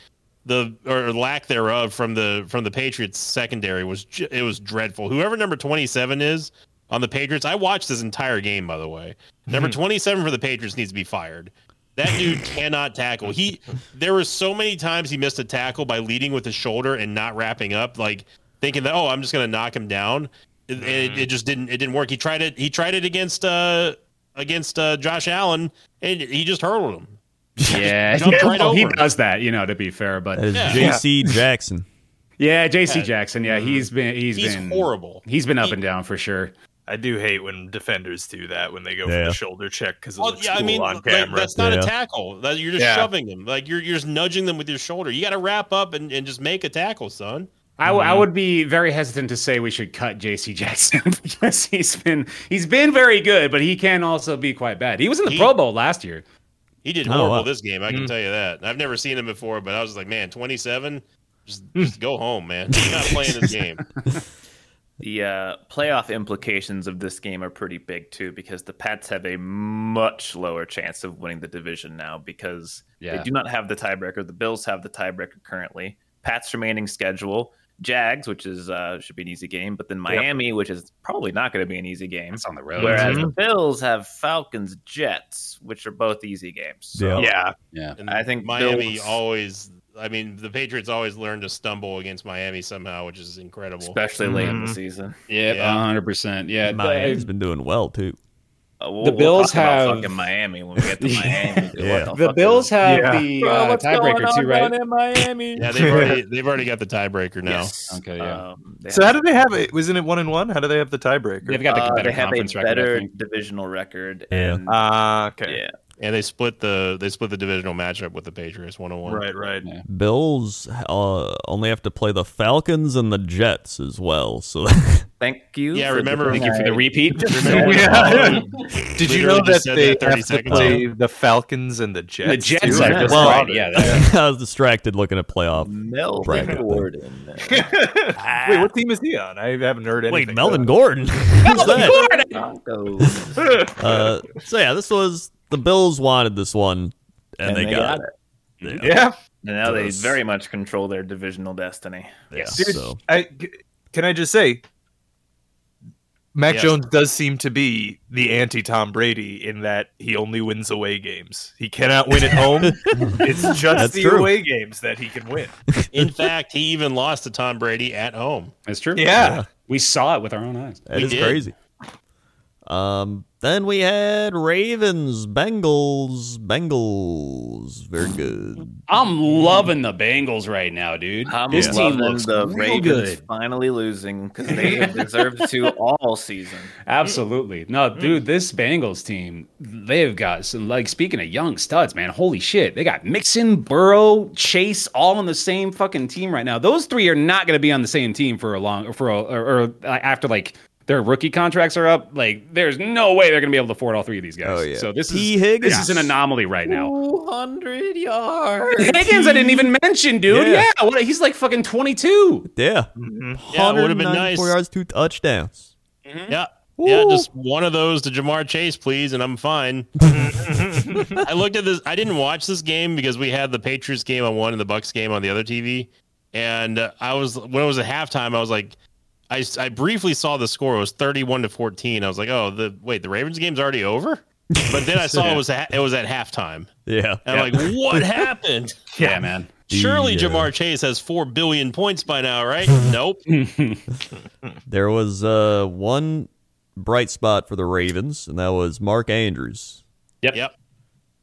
the or lack thereof from the from the Patriots secondary was ju- it was dreadful. Whoever number twenty seven is on the Patriots, I watched this entire game by the way. Number twenty seven for the Patriots needs to be fired. That dude cannot tackle. He there were so many times he missed a tackle by leading with his shoulder and not wrapping up, like thinking that oh I'm just gonna knock him down. And it, it just didn't it didn't work. He tried it he tried it against uh against uh Josh Allen and he just hurled him. Yeah, Jumped right Well, he over. does that, you know. To be fair, but That is J.C. Jackson. yeah, J.C. Jackson, yeah, he's been Mm-hmm. He's been horrible. He's been up and down for sure. I do hate when defenders do that when they go Yeah. for the shoulder check because it Oh, looks yeah, cool I mean, on like, camera. that's not Yeah. a tackle. That- You're just Yeah. shoving him. Like you're you're just nudging them with your shoulder. You got to wrap up and, and just make a tackle, son. I, w- I would be very hesitant to say we should cut J.C. Jackson because he's been he's been very good, but he can also be quite bad. He was in the He- Pro Bowl last year. He did Oh, horrible wow. this game. I Mm. can tell you that. I've never seen him before, but I was like, man, 27. Just, Hmm. just go home, man. You're not playing this game. The uh, playoff implications of this game are pretty big too, because the Pats have a much lower chance of winning the division now because Yeah. they do not have the tiebreaker. The Bills have the tiebreaker currently. Pats remaining schedule, Jags, which is uh, should be an easy game, but then Miami, which is probably not going to be an easy game. It's on the road. Whereas the Bills have Falcons, Jets, which are both easy games. So Yeah. yeah, yeah, And I think Miami Bills- always. I mean, the Patriots always learn to stumble against Miami somehow, which is incredible. especially late in the Mm-hmm. season. yeah, Yeah. one hundred percent. Yeah, Miami's been doing well too. Uh, we'll- The we'll Bills talk about have- fucking Miami when we get to Miami. dude. What Yeah. the fuck Bills is- have Yeah. the uh, tiebreaker too, right? Yeah, they've already they've already got the tiebreaker now. Yes. Okay, yeah. Um, they So have- how did they have it? Wasn't it one and one? How do they have the They've tiebreaker? got the uh, better they have conference a record. better I think. divisional record. Yeah. And, Ah, okay. yeah. And they split the they split the divisional matchup with the Patriots one on one. Right, right. Yeah. Bills uh, only have to play the Falcons and the Jets as well. So Thank you. Yeah, for remember- the- Thank you for the repeat. Um, Yeah. Did you Literally know that just said they that 30 have to seconds play the Falcons and the Jets? the Jets too? are Yeah. just Well, right. Yeah, they- I was distracted looking at playoff. Bracket Melvin thing. Gordon. Wait, what team is he on? I haven't heard anything. Wait, Melvin Gordon. Who's that? Broncos. Uh, so yeah, this was the Bills wanted this one, and, they, got, it. Yeah, And now they Those- very much control their divisional destiny. Yeah, Dude, so I g can I just say, Mac Yes. Jones does seem to be the anti-Tom Brady in that he only wins away games. He cannot win at home. it's just That's the true. away games that he can win. In fact, he even lost to Tom Brady at home. it's true. Yeah, we saw it with our own eyes. that we is did. crazy. Um, then we had Ravens, Bengals, Bengals. Very good. I'm loving the Bengals right now, dude. I'm this team loving looks the real Ravens good. finally losing because they deserve to all season. Absolutely. No, dude, this Bengals team, they've got some, like, speaking of young studs, man, holy shit. They got Mixon, Burrow, Chase all on the same fucking team right now. Those three are not going to be on the same team for a long, for a, or, or uh, after, like, their rookie contracts are up. Like, there's no way they're going to be able to afford all three of these guys. Oh, yeah. So this T. is, Higgins. this is an anomaly right now. 200 yards. Higgins, I didn't even mention, dude. Yeah. Yeah. what, he's like fucking 22. Yeah. Mm-hmm. Yeah, it would have been 194 nice. yards, two touchdowns. Yeah. Yeah, just one of those to Jamar Chase, please, and I'm fine. I looked at this. I didn't watch this game because we had the Patriots game on one and the Bucks game on the other TV. And uh, I was when it was at halftime, I was like, I, s- I briefly saw the score. It was 31 to 14. I was like, oh, the wait, the Ravens game's already over. But then I saw it was at, it was at halftime. Yeah. And I'm like, what happened? Yeah, man. uh, Surely Yeah. Jamar Chase has four billion points by now, right? nope. There was uh, one bright spot for the Ravens, and that was Mark Andrews. Yep.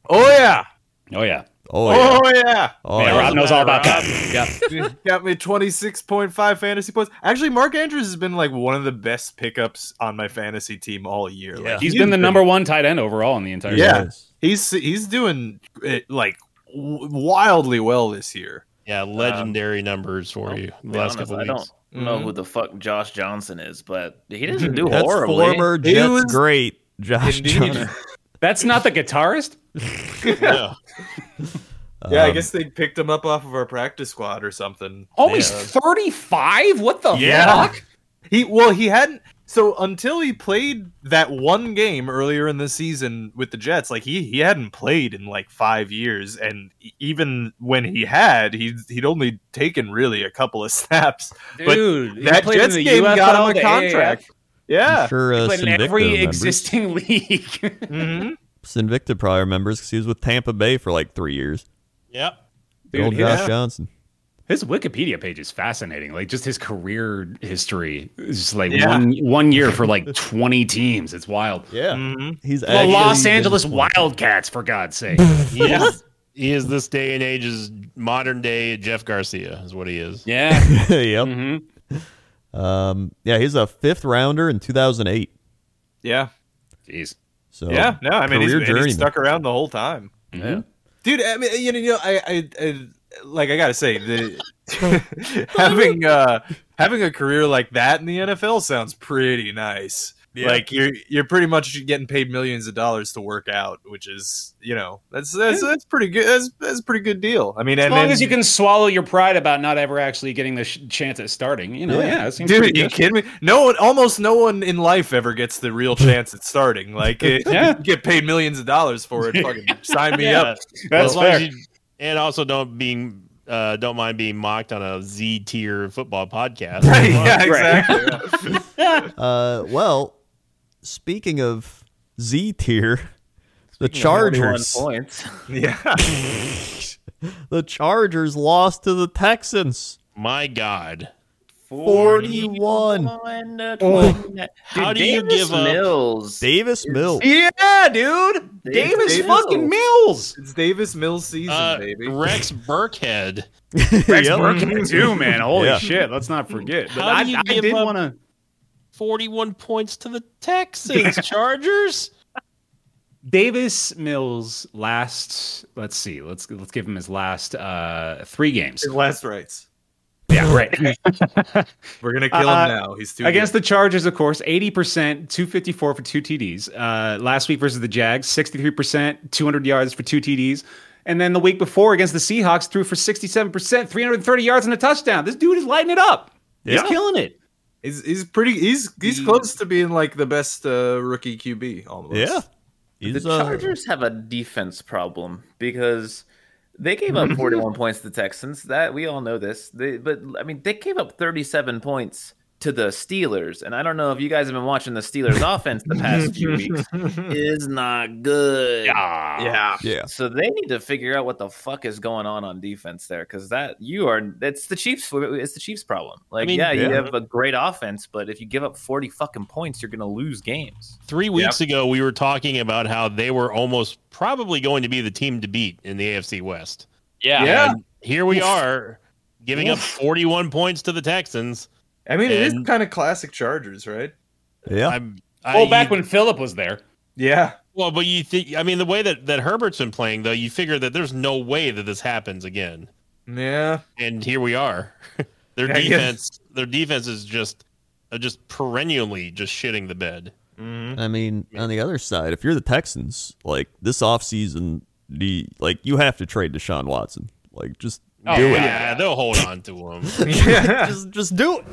Oh yeah. Oh, Oh, yeah. yeah. Oh yeah. Oh, yeah, yeah. Rob knows all about that. Yeah. Got me 26.5 fantasy points. Actually, Mark Andrews has been like one of the best pickups on my fantasy team all year. Like, He's been the number one tight end overall in the entire Yeah. season. Yes. He's he's doing it, like w- wildly well this year. Yeah, legendary numbers for I'll you. Um, be The last honest, couple I weeks. don't know Mm-hmm. Mm. who the fuck Josh Johnson is, but he didn't do That's horribly. former He Jets was- great Josh Indeed. Johnson. That's not the guitarist? Yeah. Yeah, I Um, guess they picked him up off of our practice squad or something. Oh, he's 35? What the Yeah. fuck? He well, he hadn't. So until he played that one game earlier in the season with the Jets, like he he hadn't played in like five years, and e- even when he had, he he'd only taken really a couple of snaps. But Dude, he that played Jets in the game UFL, got him the a contract. I'm Yeah, sure AAF, uh, played in Sinvicta every remembers. existing league. Mhm. Sinvicta probably remembers because he was with Tampa Bay for like three years. Yep. Good Old Dude, Josh yeah. Johnson. his Wikipedia page is fascinating. Like just his career history is just like Yeah. one one year for like 20 teams. It's wild. Yeah, Mhm. he's The actually Mm-hmm. Los been- Angeles Wildcats, for God's sake. He is, he is this day and age's modern day Jeff Garcia is what he is. yeah. yep. hmm Um, yeah, he's a fifth rounder in 2008. yeah, Jeez. So yeah. No, I mean he's, career and he's journeyman. stuck around the whole time. Yeah. dude i mean you know, you know I, I i like i gotta say the having uh having a career like that in the nfl sounds pretty nice like you're you're pretty much getting paid millions of dollars to work out which is you know that's that's that's pretty good that's that's a pretty good deal i mean As and long then- as you can swallow your pride about not ever actually getting the sh- chance at starting, you know, Yeah. yeah, that seems Dude, pretty you good. kidding me? No one, almost no one in life ever gets the real chance at starting. Like, it, Yeah. you get paid millions of dollars for it. Fucking sign me up. That's As long as fair. you- and also don't being uh, don't mind being mocked on a Z tier football podcast. yeah, exactly. Uh, well, speaking of Z tier, the Forty-one Chargers. points. Yeah. The Chargers lost to the Texans. My God. 41. to Oh. 29. How Dude, do you Davis give up- Mills. Davis Mills. Yeah, dude. Davis Davis, Davis. fucking Mills. It's Davis Mills season, Uh, baby. Rex Burkhead. Rex Yep. Burkhead too, man. Holy Yeah. shit. Let's not forget. But Mm-hmm. How I, do you I give did up- want to. 41 points to the Texans. Chargers? Davis Mills last. Let's see. Let's let's give him his last uh, three games. last rights. Yeah, right. We're gonna kill Uh, him now. He's too Against the Chargers, of course, eighty percent, two fifty four for two TDs. Uh, last week versus the Jags, sixty three percent, two hundred yards for two TDs. And then the week before against the Seahawks, threw for sixty seven percent, three hundred thirty yards and a touchdown. This dude is lighting it up. Yeah. He's killing it. good. He's, he's pretty. He's he's close to being like the best uh, rookie QB almost. Yeah. The He's, uh, Chargers have a defense problem because they gave up 41 points to the Texans. That we all know this. They, but I mean, they gave up 37 points to the Steelers, and I don't know if you guys have been watching the Steelers offense the past few weeks, is not good. Yeah. Yeah. So they need to figure out what the fuck is going on on defense there, because that you are it's the Chiefs it's the Chiefs problem. Like, I mean, yeah, you yeah. have a great offense, but if you give up forty fucking points, you're gonna lose games. Three weeks ago, we were talking about how they were almost probably going to be the team to beat in the AFC West. Yeah. And here we are giving up 41 points to the Texans. I mean, it is And- kind of classic Chargers, right? Uh, Yeah. I'm, I, Well, back you- when Philip was there, Yeah. Well, but you think, I mean, the way that, that Herbert's been playing, though, you figure that there's no way that this happens again. Yeah. And here we are. their Yeah, yeah. defense, their defense is just, uh, just perennially just shitting the bed. I mean, on the other side, if you're the Texans, like this offseason, the like you have to trade Deshaun Watson. Like just Oh, Oh, do it. yeah, they'll hold on to him. yeah. just just do it.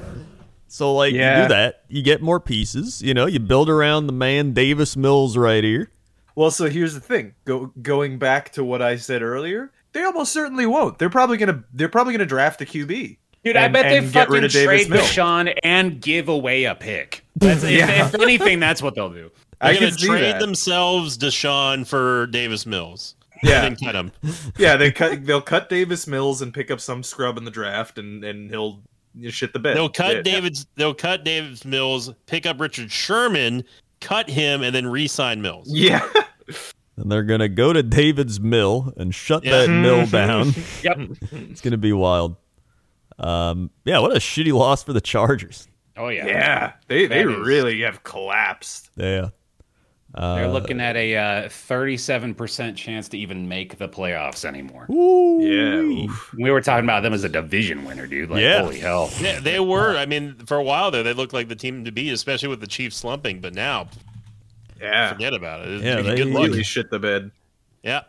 So like you Yeah. do that, you get more pieces. You know, you build around the man Davis Mills right here. Well, so here's the thing. Go going back to what I said earlier, they almost certainly won't. They're probably gonna they're probably gonna draft a QB. dude, I And- bet they and get rid fucking of Davis trade Mills. Deshaun and give away a pick. That's, if- Yeah. if, anything, that's what they'll do. I They're can going to see trade that. themselves Deshaun for Davis Mills. Yeah, And then cut him. yeah. They cut they'll cut Davis Mills and pick up some scrub in the draft, and and he'll shit the bed. They'll cut Yeah. David's. They'll cut Davis Mills. Pick up Richard Sherman. Cut him and then re-sign Mills. Yeah. And they're gonna go to David's mill and shut Yeah. that mill down. Yep. it's gonna be wild. Um, yeah, what a shitty loss for the Chargers. Oh yeah. Yeah, they they That is- really have collapsed. Yeah, They're looking at a uh, thirty-seven percent chance to even make the playoffs anymore. Yeah, We were talking about them as a division winner, dude. Like, Yeah. holy hell. Yeah, they were. I mean, for a while there, they looked like the team to beat, especially with the Chiefs slumping. But now, yeah, forget about it. It's- Yeah, they- good luck. really shit the bed. Yeah,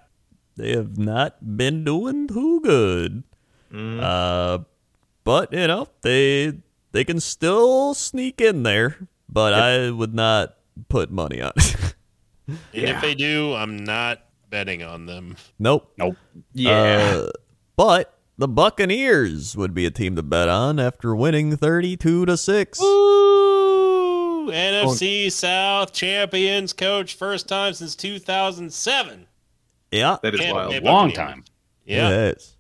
they have not been doing too good. Mm. Uh, but you know they they can still sneak in there. But I would not put money on it. and if they do, I'm not betting on them. nope. Nope. Yeah, Uh, but the Buccaneers would be a team to bet on after winning 32 to 6. Ooh, NFC South champions coach, first time since 2007. Yeah. that is Tampa wild. Bay Long Buccaneers. time. Yeah, Yes.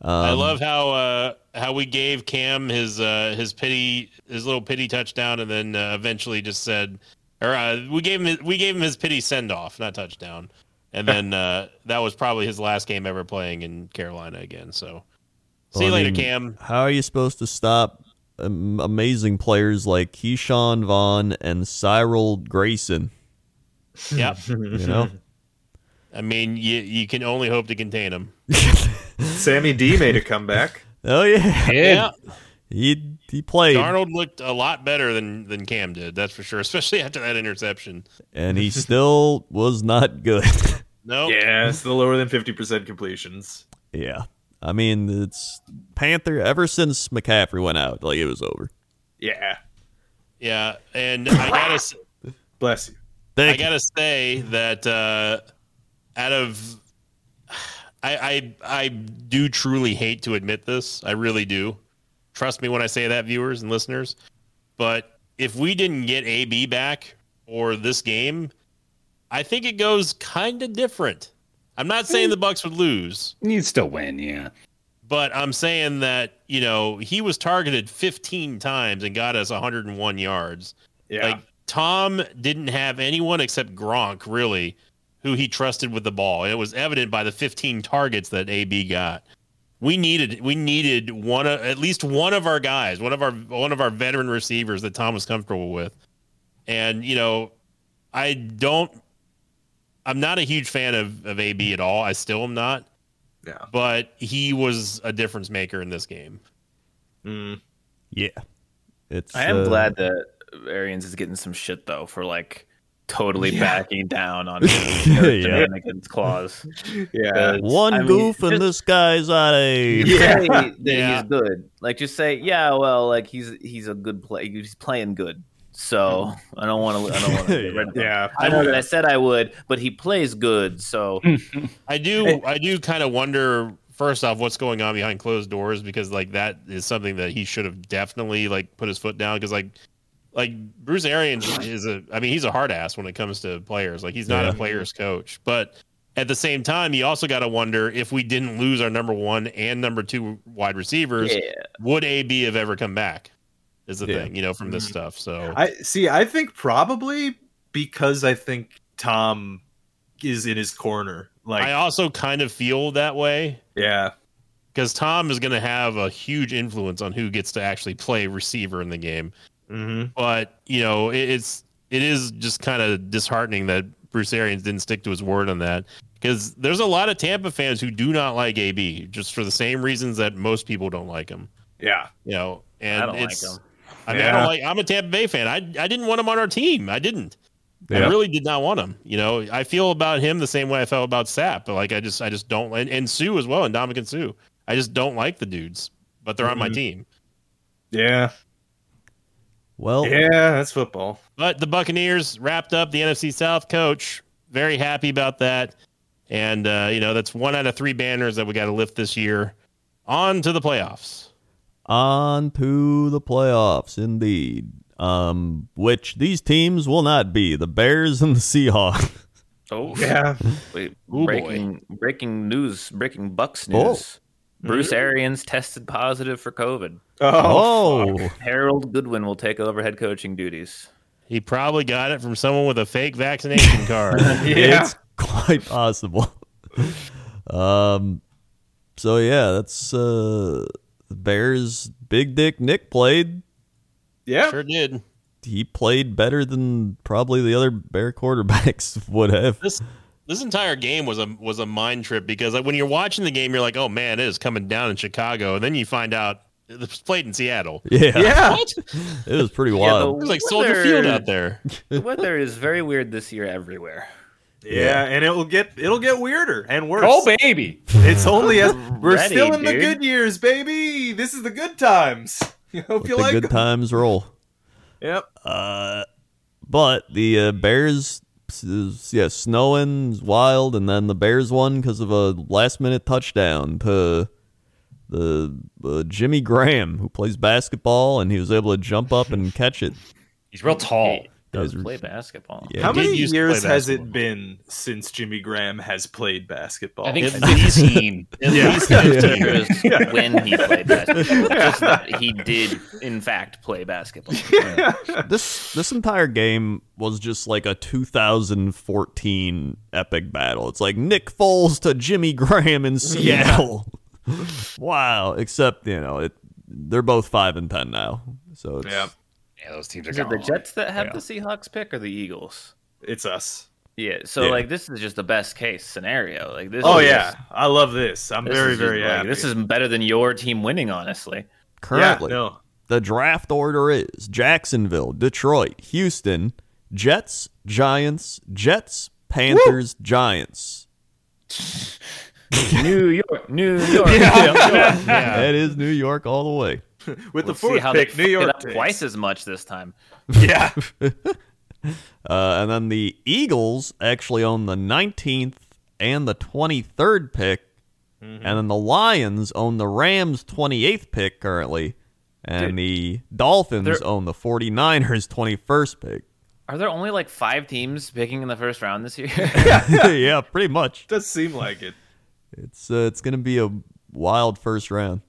I Um, love how uh, how we gave Cam his uh, his pity his little pity touchdown, and then uh, eventually just said, or uh, we gave him his, we gave him his pity send off, not touchdown, and then uh, that was probably his last game ever playing in Carolina again. So, see you Well, I later, mean, Cam. How are you supposed to stop um, amazing players like Keyshawn Vaughn and Cyril Grayson? Yeah, You know? I mean, you you can only hope to contain him. Sammy D made a comeback. oh, yeah. Yeah, He, he played Darnold looked a lot better than than Cam did, that's for sure. Especially after that interception. and he still was not good. No, Yeah, it's the lower than fifty percent completions. yeah. I mean, it's Panther ever since McCaffrey went out, like it was over. Yeah, yeah, and I gotta. s- bless you. I Thank you. gotta say that uh, out of I, I I do truly hate to admit this. I really do. Trust me when I say that, viewers and listeners. But if we didn't get AB back for this game, I think it goes kind of different. I'm not saying the Bucks would lose, You'd still win, yeah. but I'm saying that you know he was targeted 15 times and got us 101 yards. Yeah, Like Tom didn't have anyone except Gronk really who he trusted with the ball. And it was evident by the 15 targets that AB got. We needed we needed one of, at least one of our guys, one of our one of our veteran receivers that Tom was comfortable with. And you know, I don't I'm not a huge fan of of AB at all. I still am not. Yeah. But he was a difference maker in this game. Mm. Yeah. It's I am uh, glad that Arians is getting some shit though for like totally backing down on shenanigans clause. yeah. One I mean, goof and just- this guy's out of Say that Yeah. he's good. Like just say, yeah, well, like he's he's a good play. He's playing good. So I don't want to. I don't want to. Get rid of him. Yeah, I know that Mm-hmm. I said I would, but he plays good. So I do. I do kind of wonder first off what's going on behind closed doors because like that is something that he should have definitely like put his foot down because like like Bruce Arians is a I mean he's a hard ass when it comes to players like he's not Yeah. a players coach but at the same time you also got to wonder if we didn't lose our number one and number two wide receivers Yeah. would AB have ever come back is the Yeah. thing you know from this stuff so I see. I think probably because I think Tom is in his corner. Like, I also kind of feel that way yeah, because Tom is going to have a huge influence on who gets to actually play receiver in the game. mm-hmm. But you know, it, it's it is just kind of disheartening that Bruce Arians didn't stick to his word on that because there's a lot of Tampa fans who do not like AB just for the same reasons that most people don't like him. yeah. You know, and I don't like it's. him. I mean, I Yeah. don't like. I'm a Tampa Bay fan. I I didn't want him on our team. I didn't. Yeah. I really did not want him. You know, I feel about him the same way I felt about Sap. But like, I just I just don't. And, and Sue as well, and Dominican Sue. I just don't like the dudes, but they're on my Mhm. team. Yeah, Well, yeah, that's football. But the Buccaneers wrapped up the NFC South coach. Very happy about that. And uh, you know, that's one out of three banners that we got to lift this year. On to the playoffs. on to the playoffs, indeed. Um, which these teams will not be the Bears and the Seahawks. Oh Yeah, Wait, Ooh, boy. breaking breaking news, breaking Bucks news. Mm-hmm. Bruce Arians tested positive for COVID. Oh, Harold Goodwin will take over head coaching duties. He probably got it from someone with a fake vaccination card. yeah. it's quite possible. um, so yeah, that's uh, the Bears. Big Dick Nick played. yeah. sure did. He played better than probably the other Bear quarterbacks would have. this this entire game was a was a mind trip because like, when you're watching the game, you're like, oh man, it is coming down in Chicago, and then you find out it was played in Seattle. Yeah, Yeah. What? it was pretty Yeah, wild. There's like Soldier Field out there. The weather is very weird this year everywhere. Yeah, and it will get it'll get weirder and worse. Oh baby, It's only as we're Ready, still in the dude. good years, baby. This is the good times. I hope Let you the like. good them. times roll. Yep. Uh, but the uh, Bears, s- is- yeah, snowing is wild, and then the Bears won because of a last minute touchdown to the uh, Jimmy Graham, who plays basketball, and he was able to jump up and catch it. he's real tall. Does Those are- play basketball. Yeah, How did many used to years play has it basketball. been since Jimmy Graham has played basketball? I think At fifteen. At least Yeah. 15. It was when he played basketball. Just that he did, in fact, play basketball. this this entire game was just like a 2014 epic battle. It's like Nick Foles to Jimmy Graham in Seattle. wow, except you know it. They're both five and ten now, so it's, Yeah. Yeah, those teams are Is it the gone. Jets that have Yeah. the Seahawks pick or the Eagles? it's us. Yeah. So Yeah. like this is just the best case scenario. Like this. Oh is yeah, just- I love this. I'm this very is just, very like, happy. This is better than your team winning, honestly. currently Yeah, no. the draft order is Jacksonville, Detroit, Houston, Jets, Giants, Jets, Panthers, Giants. New York, New York. That is New York all the way. With Let's the fourth see how pick, they New fuck it York up takes. twice as much this time. Yeah. Uh, and then the Eagles actually own the 19th and the 23rd pick. And then the Lions own the Rams' 28th pick currently. And the Dolphins They're- own the 49ers' 21st pick. Are there only like five teams picking in the first round this year? yeah, pretty much. Does seem like it. It's uh, it's going to be a wild first round.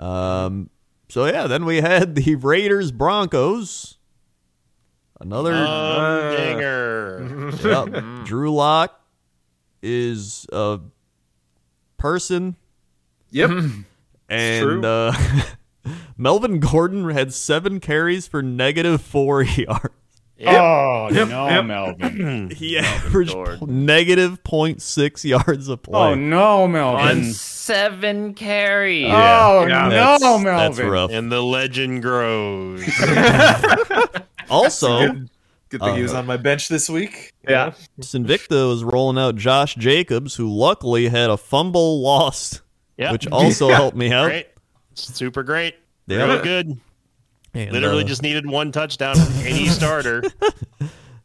Um, so yeah, then we had the Raiders Broncos. Another Um, dinger. Yep. Drew Lock is a person, Yep. and true. uh, Melvin Gordon had seven carries for negative four yards. Oh no, yep. Melvin. He averaged Gordon. po- negative 0.6 yards a Oh play. no, On Melvin. seven carries. Oh Yeah. no, Melvin. That's rough. And the legend grows. Also, Good thing he was Uh, on my bench this week. Yeah. Invicta was rolling out Josh Jacobs, who luckily had a fumble lost, Yeah. which also helped me out. great. Super great. Yeah. Real good. And, Literally uh, just needed one touchdown from any starter.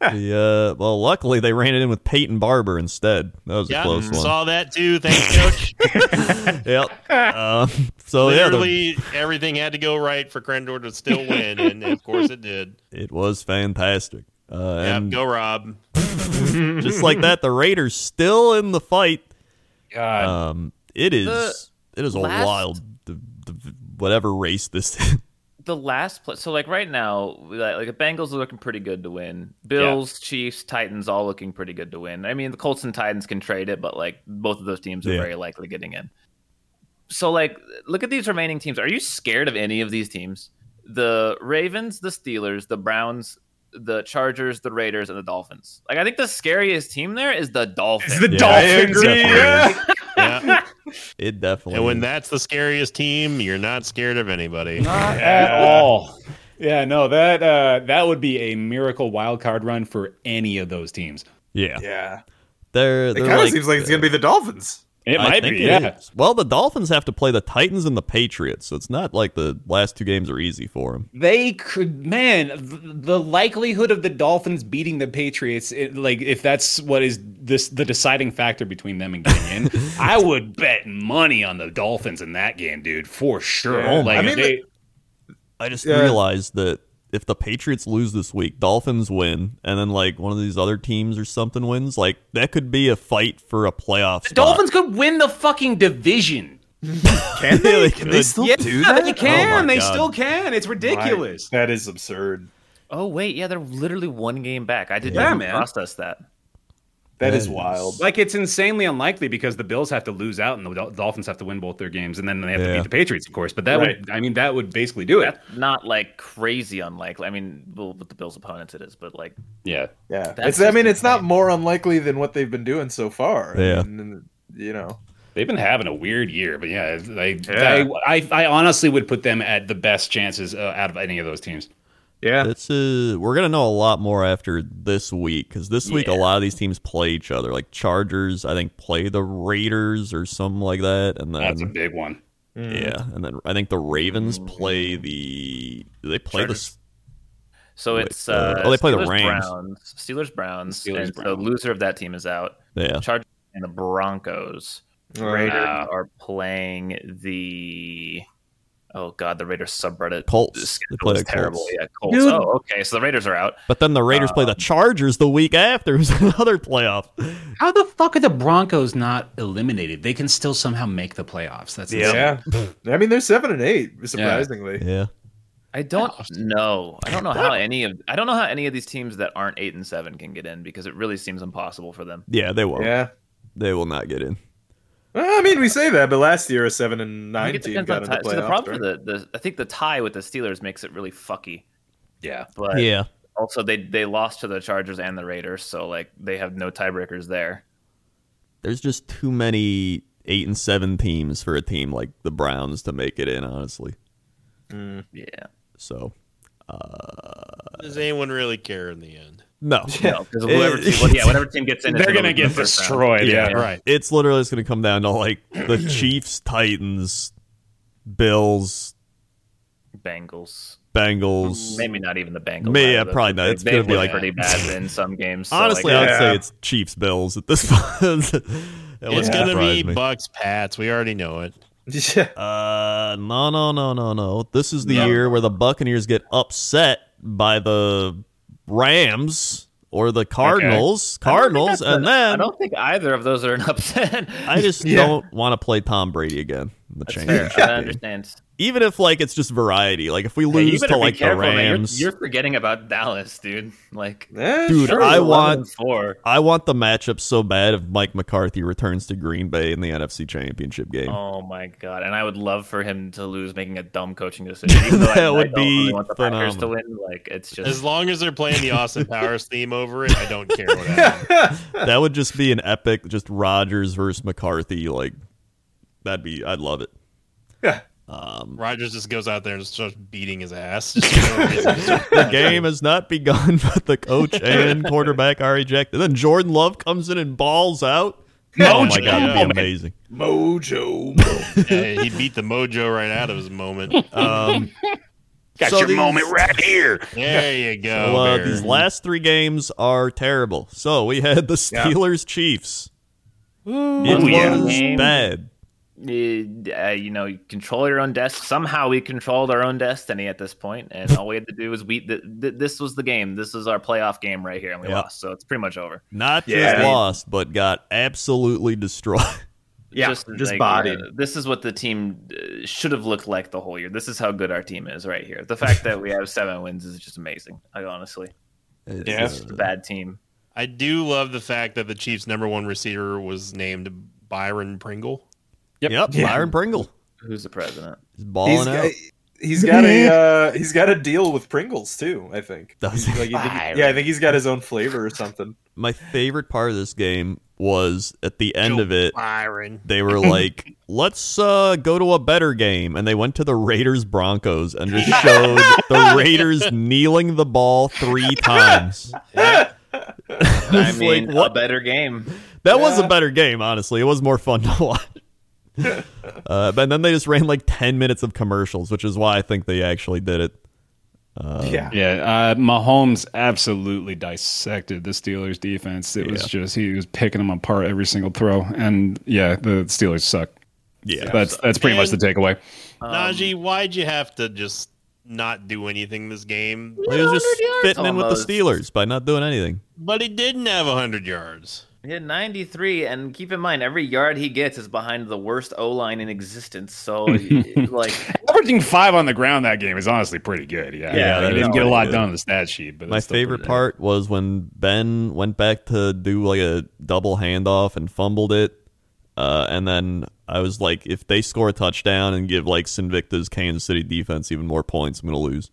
The, uh, well, luckily they ran it in with Peyton Barber instead. That was a Yeah, close one. saw that too. Thanks, coach. Yep. Um, so yeah, the- Uh, Literally everything had to go right for Crendor to still win, and of course it did. it was fantastic. Uh, Yeah, and go Rob. just like that, the Raiders still in the fight. God. Um, it is it is a last- wild the, the, whatever race this. the last play. So like right now, like, like the Bengals are looking pretty good to win. Bills, Chiefs, Titans, all looking pretty good to win. I mean, the Colts and Titans can trade it, but like both of those teams are Yeah. very likely getting in. So like, look at these remaining teams. Are you scared of any of these teams? The Ravens, the Steelers, the Browns, the Chargers, the Raiders, and the Dolphins. Like I think the scariest team there is the Dolphins. It's the Uh, Yeah, Dolphins. I agree, Yeah. Yeah. it definitely. and when is. that's the scariest team, you're not scared of anybody. At all. Yeah, no, that uh, that would be a miracle wild card run for any of those teams. yeah, Yeah. they're, It they're kind of seems like it's going to be the Dolphins. It I might think be. it Yeah. is. Well, the Dolphins have to play the Titans and the Patriots, so it's not like the last two games are easy for them. They could, man. th- The likelihood of the Dolphins beating the Patriots, it, like if that's what is this the deciding factor between them and getting in, I would bet money on the Dolphins in that game, dude, for sure. Yeah. Like I mean, they- I just Yeah. realized that if the Patriots lose this week, Dolphins win, and then like one of these other teams or something wins, like that could be a fight for a playoff. The spot. Dolphins could win the fucking division. Can they? Can they still Yeah, do that? they Oh can. my they God. still can. It's ridiculous. That is absurd. Oh wait, yeah, they're literally one game back. I didn't Yeah, even man. process that. That that is is- wild. Like it's insanely unlikely because the Bills have to lose out and the Dol- Dolphins have to win both their games, and then they have Yeah. to beat the Patriots, of course. But that Right. would, I mean, that would basically do it. Not like crazy unlikely. I mean, well, with the Bills' opponents, it is, but like Yeah, Yeah, That's it's, I mean, just it's not more unlikely than what they've been doing so far. I Yeah. mean, you know, they've been having a weird year, but yeah, they, Yeah. I, I, I honestly would put them at the best chances uh, out of any of those teams. yeah, It's uh, we're gonna know a lot more after this week because this week a Yeah. lot of these teams play each other. Like Chargers, I think play the Raiders or something like that, and That's a then big one. yeah, and then I think the Ravens play the do they play Chargers. the So Wait, it's uh, uh, oh, they play the Steelers, Rams. Browns, Steelers Browns, Steelers, and so Browns. loser of that team is out. yeah Chargers and the Broncos. Raiders Wow. are playing the oh god, the Raiders subreddit. Colts. They schedule play is the terrible. Colts, Yeah, Colts. Dude. Oh, okay. So the Raiders are out. but then the Raiders play the Chargers the week after. It's another playoff. How the fuck are the Broncos not eliminated? They can still somehow make the playoffs. That's yeah. I mean, they're seven and eight, surprisingly. Yeah, I don't know. I don't know how any of I don't know how any of these teams that aren't eight and seven can get in because it really seems impossible for them. yeah, they won't. Yeah. They will not get in. Well, I mean, we say that, but last year a seven and I nine think it team depends got on in tie. the So the playoffs. problem right? for the, the I think the tie with the Steelers makes it really fucky. yeah. But Yeah, also they they lost to the Chargers and the Raiders, so like they have no tiebreakers there. there's just too many eight and seven teams for a team like the Browns to make it in. Honestly, Yeah. so Does anyone really care in the end? no, No, because whoever team, well, yeah, whatever team gets in, They're gonna get destroyed. destroyed. Yeah. Right. It's literally just going to come down to like the Chiefs, Titans, Bills, Bengals, Bengals. maybe not even the Bengals. May- either, yeah, though, probably 'cause not. they- It's they gonna be look like- pretty bad in some games. so, Honestly, like, I would yeah. say it's Chiefs, Bills at this point. It's gonna be me. Bucks Pats. We already know it. yeah. Uh, no, no, no, no, no. This is the No. year where the Buccaneers get upset by the Rams or the Cardinals, I don't think Cardinals, that's and an- I then I, don't think either of those are an upset. just Yeah. don't want to play Tom Brady again. in The That's fair. championship, I game. understand. even if like it's just variety. Like if we Hey, you lose better to be like careful, the man. You're- Rams, You're, forgetting about Dallas, dude. Like, Eh, Dude, sure. I 11 want- and four. I want the matchup so bad if Mike McCarthy returns to Green Bay in the NFC Championship game. Oh my god! And I would love for him to lose, making a dumb coaching decision. Even though I- That I would don't really be want the Packers to phenomenal. win. Like, it's just As long as they're playing the Austin Powers theme over it, I don't care what happens. That would just be an epic, just Rodgers versus McCarthy. Like that'd be, I'd love it. Rogers just goes out there and just starts beating his ass. Just for no reason. Just- The game has not begun, but the coach and quarterback are ejected. Then Jordan Love comes in and balls out. Oh my god, Mojo that'd moment. be amazing. Mojo. yeah, he beat the mojo right out of his moment. Um, Got So your these- moment right here. There you go. Well, uh, Bear. these last three games are terrible. So we had the Steelers Chiefs. It Ooh, yeah. was Game. bad. uh, you know, you control your own destiny. Somehow we controlled our own destiny at this point, and all we had to do was we. Th- th- this was the game. This was our playoff game right here, and we Yeah. lost. So it's pretty much over. Not Yeah. just lost, but got absolutely destroyed. Yeah, just like, bodied. uh, this is what the team uh, should have looked like the whole year. This is how good our team is right here. The fact that we have seven wins is just amazing. Like honestly, Yeah. it's just a bad team. I do love the fact that the Chiefs' number one receiver was named Byron Pringle. Yep. Byron Pringle Who's the president? is balling out. he's got a uh, he's got a deal with Pringles too. I think. Does Like, he? he did- yeah, I think he's got his own flavor or something. My favorite part of this game was at the end Joe of it. Byron. They were like, "Let's uh, go to a better game," and they went to the Raiders Broncos and just showed the Raiders kneeling the ball three times. I It's mean, like, a better game. That was a better game, honestly. It was more fun to watch. uh, but then they just ran like 10 minutes of commercials, which is why I think they actually did it. Um, yeah. Yeah, uh, Mahomes absolutely dissected the Steelers defense. It was just he was picking them apart every single throw, and yeah, the Steelers suck. Yeah. that's that's pretty much the takeaway. Najee, why'd you have to just not do anything this game? He was just 100 yards fitting in with the almost. Steelers by not doing anything. But he didn't have 100 yards. He had 93, and keep in mind, every yard he gets is behind the worst O line in existence. So, like, Averaging five on the ground that game is honestly pretty good. Yeah, Yeah, I that didn't is get a pretty lot good. done on the stat sheet, but My it's still pretty favorite good. part was when Ben went back to do like a double handoff and fumbled it. Uh, and then I was like, if they score a touchdown and give like Sinvicta's Kansas City defense even more points, I'm going to lose.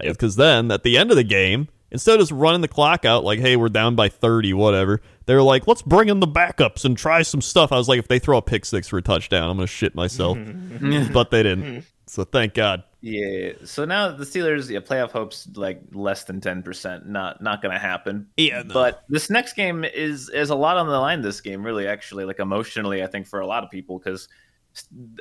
Because then at the end of the game, instead of just running the clock out like, hey, we're down by 30, whatever, they were like, let's bring in the backups and try some stuff. I was like, if they throw a pick six for a touchdown, I'm going to shit myself. Mm-hmm. but they didn't. So thank God. yeah. So now the Steelers' yeah, playoff hopes like less than 10%. Not not going to happen. Yeah, no. But this next game is is a lot on the line. This game, really, actually, like emotionally, I think for a lot of people, because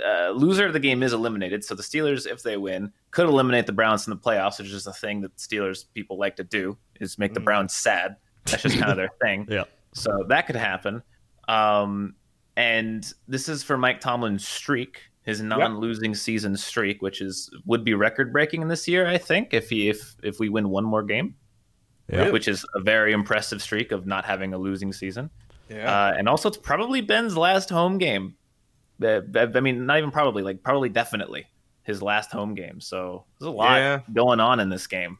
uh, loser of the game is eliminated. So the Steelers, if they win, could eliminate the Browns in the playoffs, which is a thing that Steelers people like to do is make the Browns sad. That's just kind of their thing. Mm. Yeah. So that could happen. Um, and this is for Mike Tomlin's streak, his non-losing season streak, which is would be record-breaking this year, I think, if he if if we win one more game, Yeah. which is a very impressive streak of not having a losing season. Yeah. Uh, and also, it's probably Ben's last home game. Uh, I I mean, not even probably, like probably definitely his last home game. So there's a lot Yeah. going on in this game.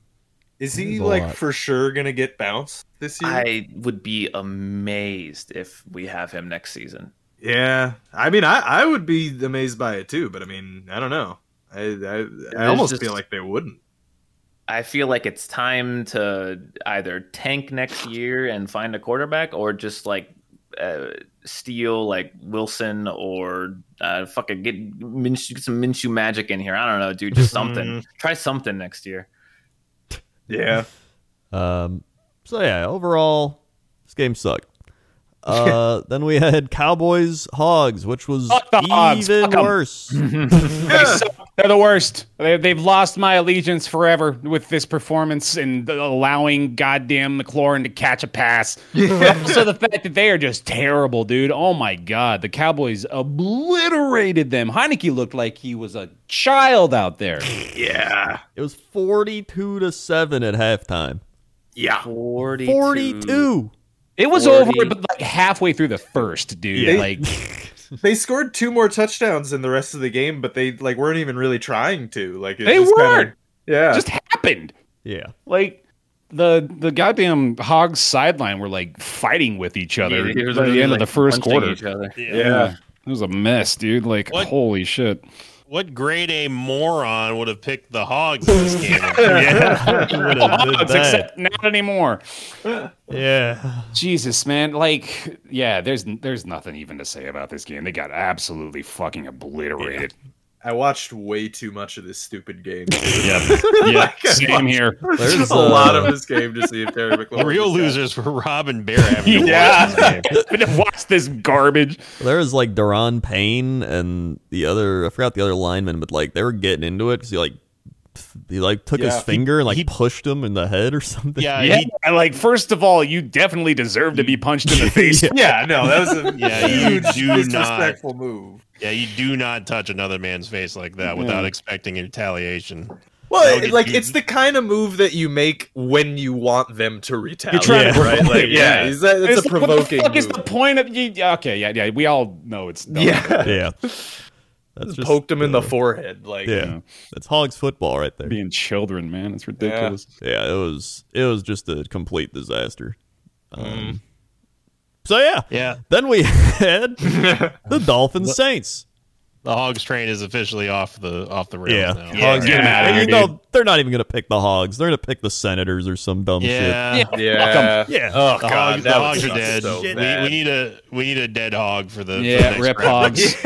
Is he There's a like lot. for sure gonna get bounced this year? I would be amazed if we have him next season. yeah. I mean, I I would be amazed by it too, but I mean, I don't know. I I, I There's almost just- feel like they wouldn't. I feel like it's time to either tank next year and find a quarterback, or just like uh, steal like Wilson or uh, fucking get, Minshew, get some Minshew magic in here. I don't know, dude. Just something. Try something next year. Yeah. Um, so yeah, overall, this game sucked. Uh, then we had Cowboys Hogs, which was Fuck the Hogs, even fuck 'em. worse. They suck. They're the worst. They, they've lost my allegiance forever with this performance and allowing goddamn McLaurin to catch a pass. so the fact that they are just terrible, dude. Oh my god, the Cowboys obliterated them. Heineke looked like he was a child out there. it was forty-two to seven at halftime. Yeah. Forty-two. Forty-two. It was 40. over, but like halfway through the first, dude. Yeah. Like They scored two more touchdowns in the rest of the game, but they like weren't even really trying to. Like it They just kinda- weren't. yeah. just happened. Yeah, Like the the goddamn hogs sideline were like fighting with each Yeah, other they were by the literally, end of the like, first punching quarter. each other. Yeah. It was a mess, dude. Like, What? holy shit. What grade A moron would have picked the Hogs in this game? You would have did Hogs, that. except not anymore. yeah. Jesus, man. Like, yeah, there's there's nothing even to say about this game. They got absolutely fucking obliterated. I watched way too much of this stupid game. Yep. yeah. Same here. There's a lot of this game to see if Terry McLaurin. The real was out. losers were Rob and Bear having to Yeah. But to watch this garbage. uh, There's like Deron Payne and the other. I forgot the other lineman, but like they were getting into it because he like he like took his Yeah. finger and like He- pushed him in the head or something. Yeah, Yeah, he- like first of all, you definitely deserve to be punched in the face. Yeah, no, that was a Yeah, you huge do not. disrespectful move. yeah, you do not touch another man's face like that without expecting retaliation. Well, That would like be- it's the kind of move that you make when you want them to retaliate. trying to right? provoke, Like, yeah, yeah. is that, it's, a like, what the provoking fuck is move. the point of you? Okay, yeah, yeah. We all know it's dumb. yeah, yeah. That's just poked him in the forehead. Like, yeah. Yeah. That's Hogs football right there. being children, man. It's ridiculous. Yeah, it was it was just a complete disaster. Um, So yeah, Yeah, then we had the Dolphin Saints. the Hogs train is officially off the off the rails Yeah, now. Hogs get 'em gonna- outta and here, you know Ah, dude. they're not even gonna pick the Hogs. They're gonna pick the Senators or some dumb yeah. yeah, Yeah. Oh The god, hogs, the that hogs would are suck dead. So we, bad. we need a we need a dead hog for the for the Yeah, next rip round. hogs.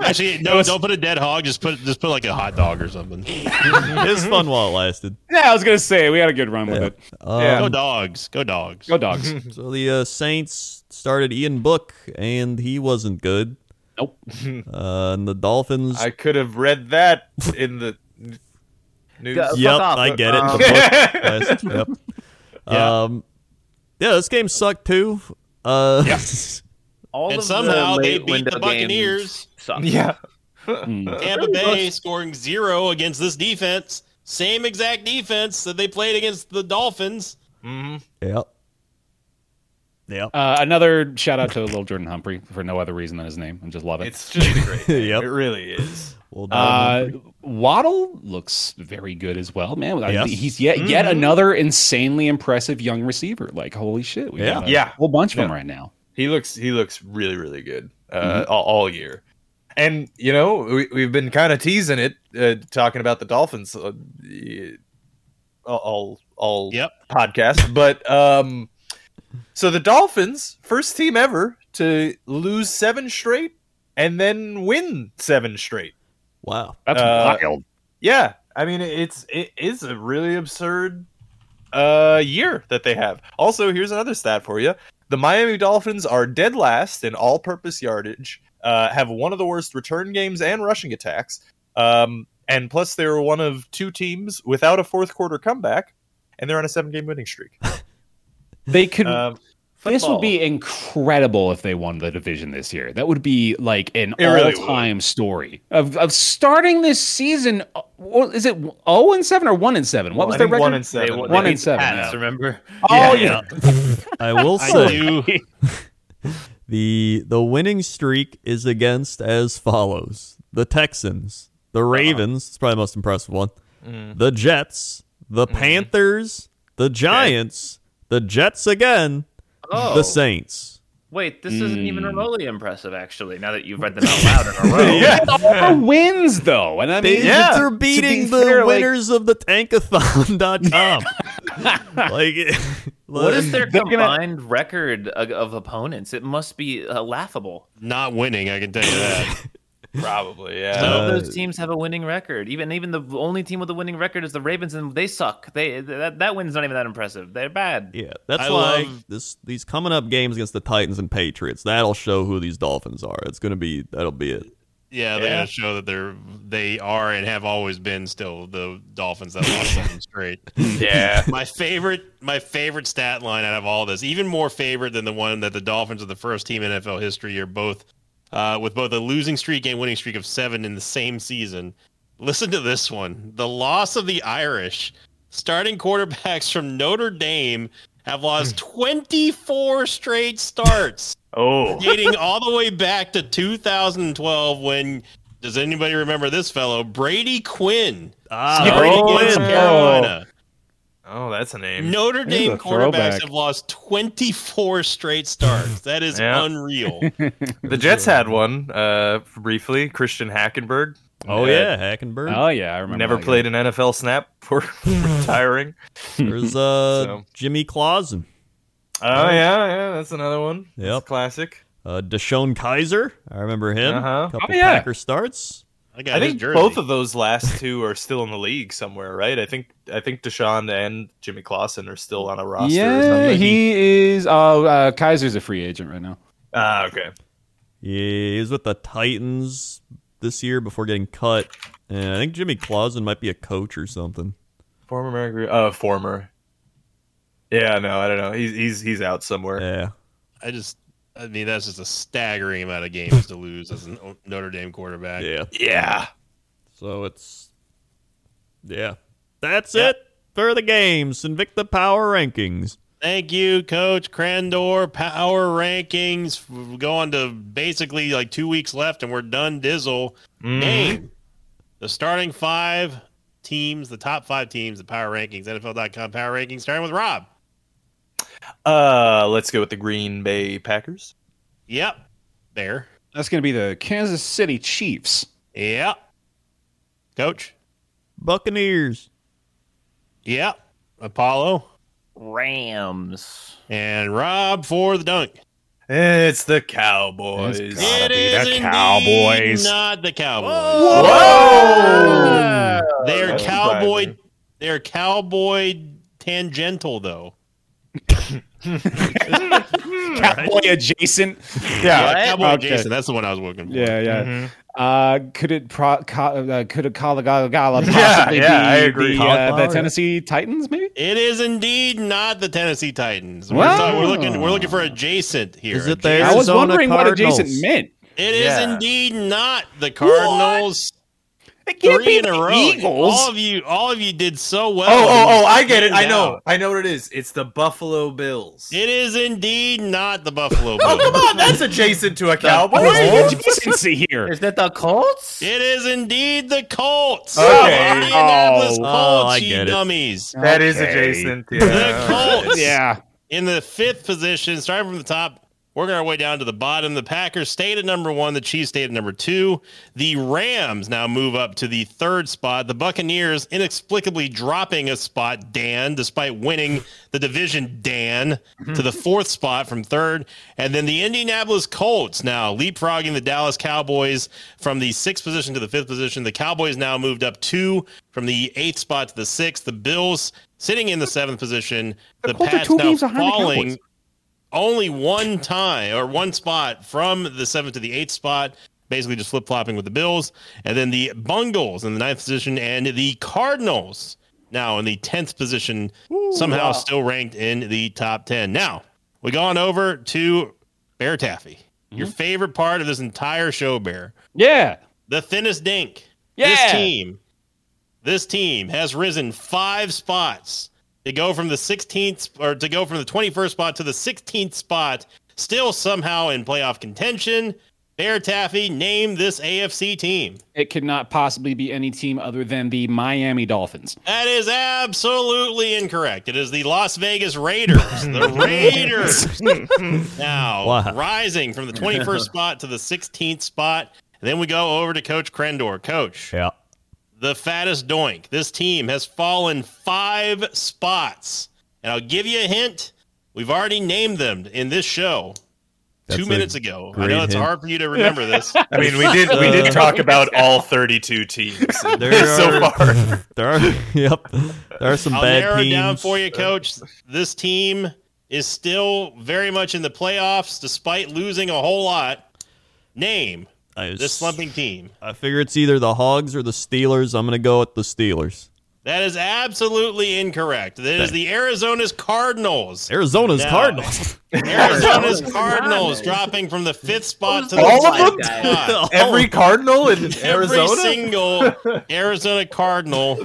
Actually, no, don't put a dead hog. Just put just put like a hot dog or something. shit. it was fun while it lasted. Yeah, I was gonna say we had a good run with it. Yeah. Go dogs. Go dogs. Um, Go dogs. So the uh, Saints started Ian Book, and he wasn't good. nope. Uh, and the Dolphins. I could have read that in the n- news. Yeah. yep, Fuck off. I get it. uh, The Um, book last- yep. Yeah. Um, yeah, this game sucked too. Uh, All And of somehow the they late beat window the games Buccaneers. suck. Yeah. Mm. Tampa Bay scoring zero against this defense. Same exact defense that they played against the Dolphins. Mm-hmm. yep. Yep. Uh, another shout out to little Jordan Humphrey for no other reason than his name. I just love it. It's just great. Yep. It really is. Well done. Uh, Humphrey. Waddle looks very good as well, man. I- Yes. He's yet yet another insanely impressive young receiver. Like holy shit, we Yeah. got a Yeah. whole bunch of them Yeah. right now. He looks he looks really really good uh, all, all year, and you know we we've been kind of teasing it, uh, talking about the Dolphins uh, y- all all Yep. podcast, but um, so the Dolphins first team ever to lose seven straight and then win seven straight. wow. That's Uh, wild. Yeah, I mean it's it is a really absurd uh year that they have. Also, here's another stat for you: the Miami Dolphins are dead last in all-purpose yardage, uh, have one of the worst return games and rushing attacks, um, and plus they were one of two teams without a fourth quarter comeback, and they're on a seven-game winning streak. They could. Um, This football. would be incredible if they won the division this year. That would be like an It really all-time story of, of starting this season. uh, well, Is it zero and seven or one and seven? What was I their think record? One and They, seven. won- One they and beat the seven, Pats, yeah. Remember? oh yeah, I will I say do. the the winning streak is against as follows: the Texans, the Ravens. It's probably the most impressive one. The Jets, the Panthers, the Giants, the Jets again, Oh, the Saints. wait, this isn't Hmm. even remotely impressive, actually. Now that you've read them out loud in a row. All wins though, and I They, mean, Yeah. are To beating be the fair, like- winners of the tankathon.com. like, What is their They're gonna- combined record of, of opponents? It must be uh, laughable. Not winning, I can tell you that. Probably, None yeah. of Uh, those teams have a winning record. Even even the only team with a winning record is the Ravens, and they suck. They that, that win's not even that impressive. They're bad. Yeah, that's I why love- this these coming up games against the Titans and Patriots that'll show who these Dolphins are. It's gonna be that'll be it. Yeah, they're gonna show that they're they are and have always been still the Dolphins that lost seven straight. yeah. my favorite my favorite stat line out of all this, even more favorite than the one that the Dolphins are the first team in NFL history are both uh, with both a losing streak and winning streak of seven in the same season. Listen to this one: the loss of the Irish starting quarterbacks from Notre Dame have lost 24 straight starts, Oh, dating all the way back to 2012 when. Does anybody remember this fellow, Brady Quinn? Ah, Starting Oh, against yeah. Carolina. oh, that's a name. Notre This is Dame a quarterbacks throwback. have lost 24 straight starts. That is Yeah. unreal. The Jets had one uh, briefly. Christian Hackenberg. oh Uh, yeah, Hackenberg. oh yeah, I remember. Never that game. played an NFL snap for retiring. There's uh So. Jimmy Clausen, Oh yeah, yeah, that's another one. Yep. That's classic. uh, Deshaun Kaiser. I remember him. Uh-huh. Couple Oh, yeah. Packer starts. I, got I his think jersey. both of those last two are still in the league somewhere, right? I think I think Deshaun and Jimmy Clausen are still on a roster. or Yeah, something. he is. Oh, uh, Kaiser's a free agent right now. Ah, okay. Yeah, he was with the Titans, this year before getting cut. And I think Jimmy Clausen might be a coach or something. Former American, uh, former. Yeah, no, I don't know. He's he's he's out somewhere. Yeah. I just, I mean, that's just a staggering amount of games to lose as a Notre Dame quarterback. Yeah. Yeah, So it's Yeah. That's it for the games. Invicta Power Rankings. Thank you, Coach Crandor. Power rankings. We're going to basically like two weeks left, and we're done. Dizzle Mm-hmm. name the starting five teams, the top five teams, the power rankings, NFL.com power rankings, starting with Rob. Uh, let's go with the Green Bay Packers. Yep, there. That's going to be the Kansas City Chiefs. Yep, Coach. Buccaneers. Yep, Apollo Rams. and Rob for the dunk. It's the Cowboys. It's Yeah. gotta It be is the indeed Cowboys. not the Cowboys. Whoa! They're That's cowboy. surprising. They're cowboy tangential though. Cowboy adjacent. Yeah, What? cowboy Okay. Jason. That's the one I was looking for. Yeah, yeah. Uh, could it pro- co- uh, could a Kalagala possibly yeah, I be agree. the, uh, Cauliflower? the Tennessee Titans? Maybe It is indeed not the Tennessee Titans. We're, Wow. talking- we're looking. We're looking for adjacent here. Is it there? I was Arizona wondering Cardinals. what adjacent meant. It is Yeah. indeed not the Cardinals. It can't Three be in a the row. Eagles. All of you. All of you did so well. Oh, oh, oh! I get it. I Now. know. I know what it is. It's the Buffalo Bills. It is indeed not the Buffalo oh, come Bills. on! That's adjacent to a Where's Cowboy. the adjacency here? Is that the Colts? it is indeed the Colts. Okay. Indianapolis Oh. Oh, I Colts, you get it. dummies. That is Okay. adjacent. Yeah. The Colts. Yeah. in the fifth position, starting from the top, working our way down to the bottom. The Packers stayed at number one. The Chiefs stayed at number two. The Rams now move up to the third spot. The Buccaneers inexplicably dropping a spot, Dan, despite winning the division, Dan, to the fourth spot from third. And then the Indianapolis Colts now leapfrogging the Dallas Cowboys from the sixth position to the fifth position. The Cowboys now moved up two from the eighth spot to the sixth. The Bills sitting in the seventh position. The, Colts are Pats two now games behind the falling Cowboys. only one time or one spot from the seventh to the eighth spot. Basically, just flip flopping with the Bills, and then the Bungles in the ninth position, and the Cardinals now in the tenth position, somehow still ranked in the top ten. Now we go on over to Bear Taffy, your favorite part of this entire show, Bear Yeah. the thinnest dink. This Yeah. team, this team has risen five spots to go from the 16th or to go from the 21st spot to the 16th spot, still somehow in playoff contention. Bear Taffy, name this AFC team. It could not possibly be any team other than the Miami Dolphins. That is absolutely incorrect. It is the Las Vegas Raiders. The Raiders now Wow. rising from the 21st spot to the 16th spot. And then we go over to Coach Crendor. Coach, Yeah. the fattest doink. This team has fallen five spots. And I'll give you a hint. We've already named them in this show two a minutes ago. I great know it's hint. hard for you to remember this. I mean, we did we did talk about all 32 teams so There are- far. There are yep. There are some I'll bad narrow teams. it down for you, coach. This team is still very much in the playoffs despite losing a whole lot. Name I, this slumping team. I figure it's either the Hogs or the Steelers. I'm gonna go with the Steelers. That is absolutely incorrect. That is the Arizona's Cardinals. Arizona's No. Cardinals. Arizona's Cardinals dropping from the fifth spot to the All of tenth them? spot. Oh. Every Cardinal in Arizona. Every single Arizona Cardinal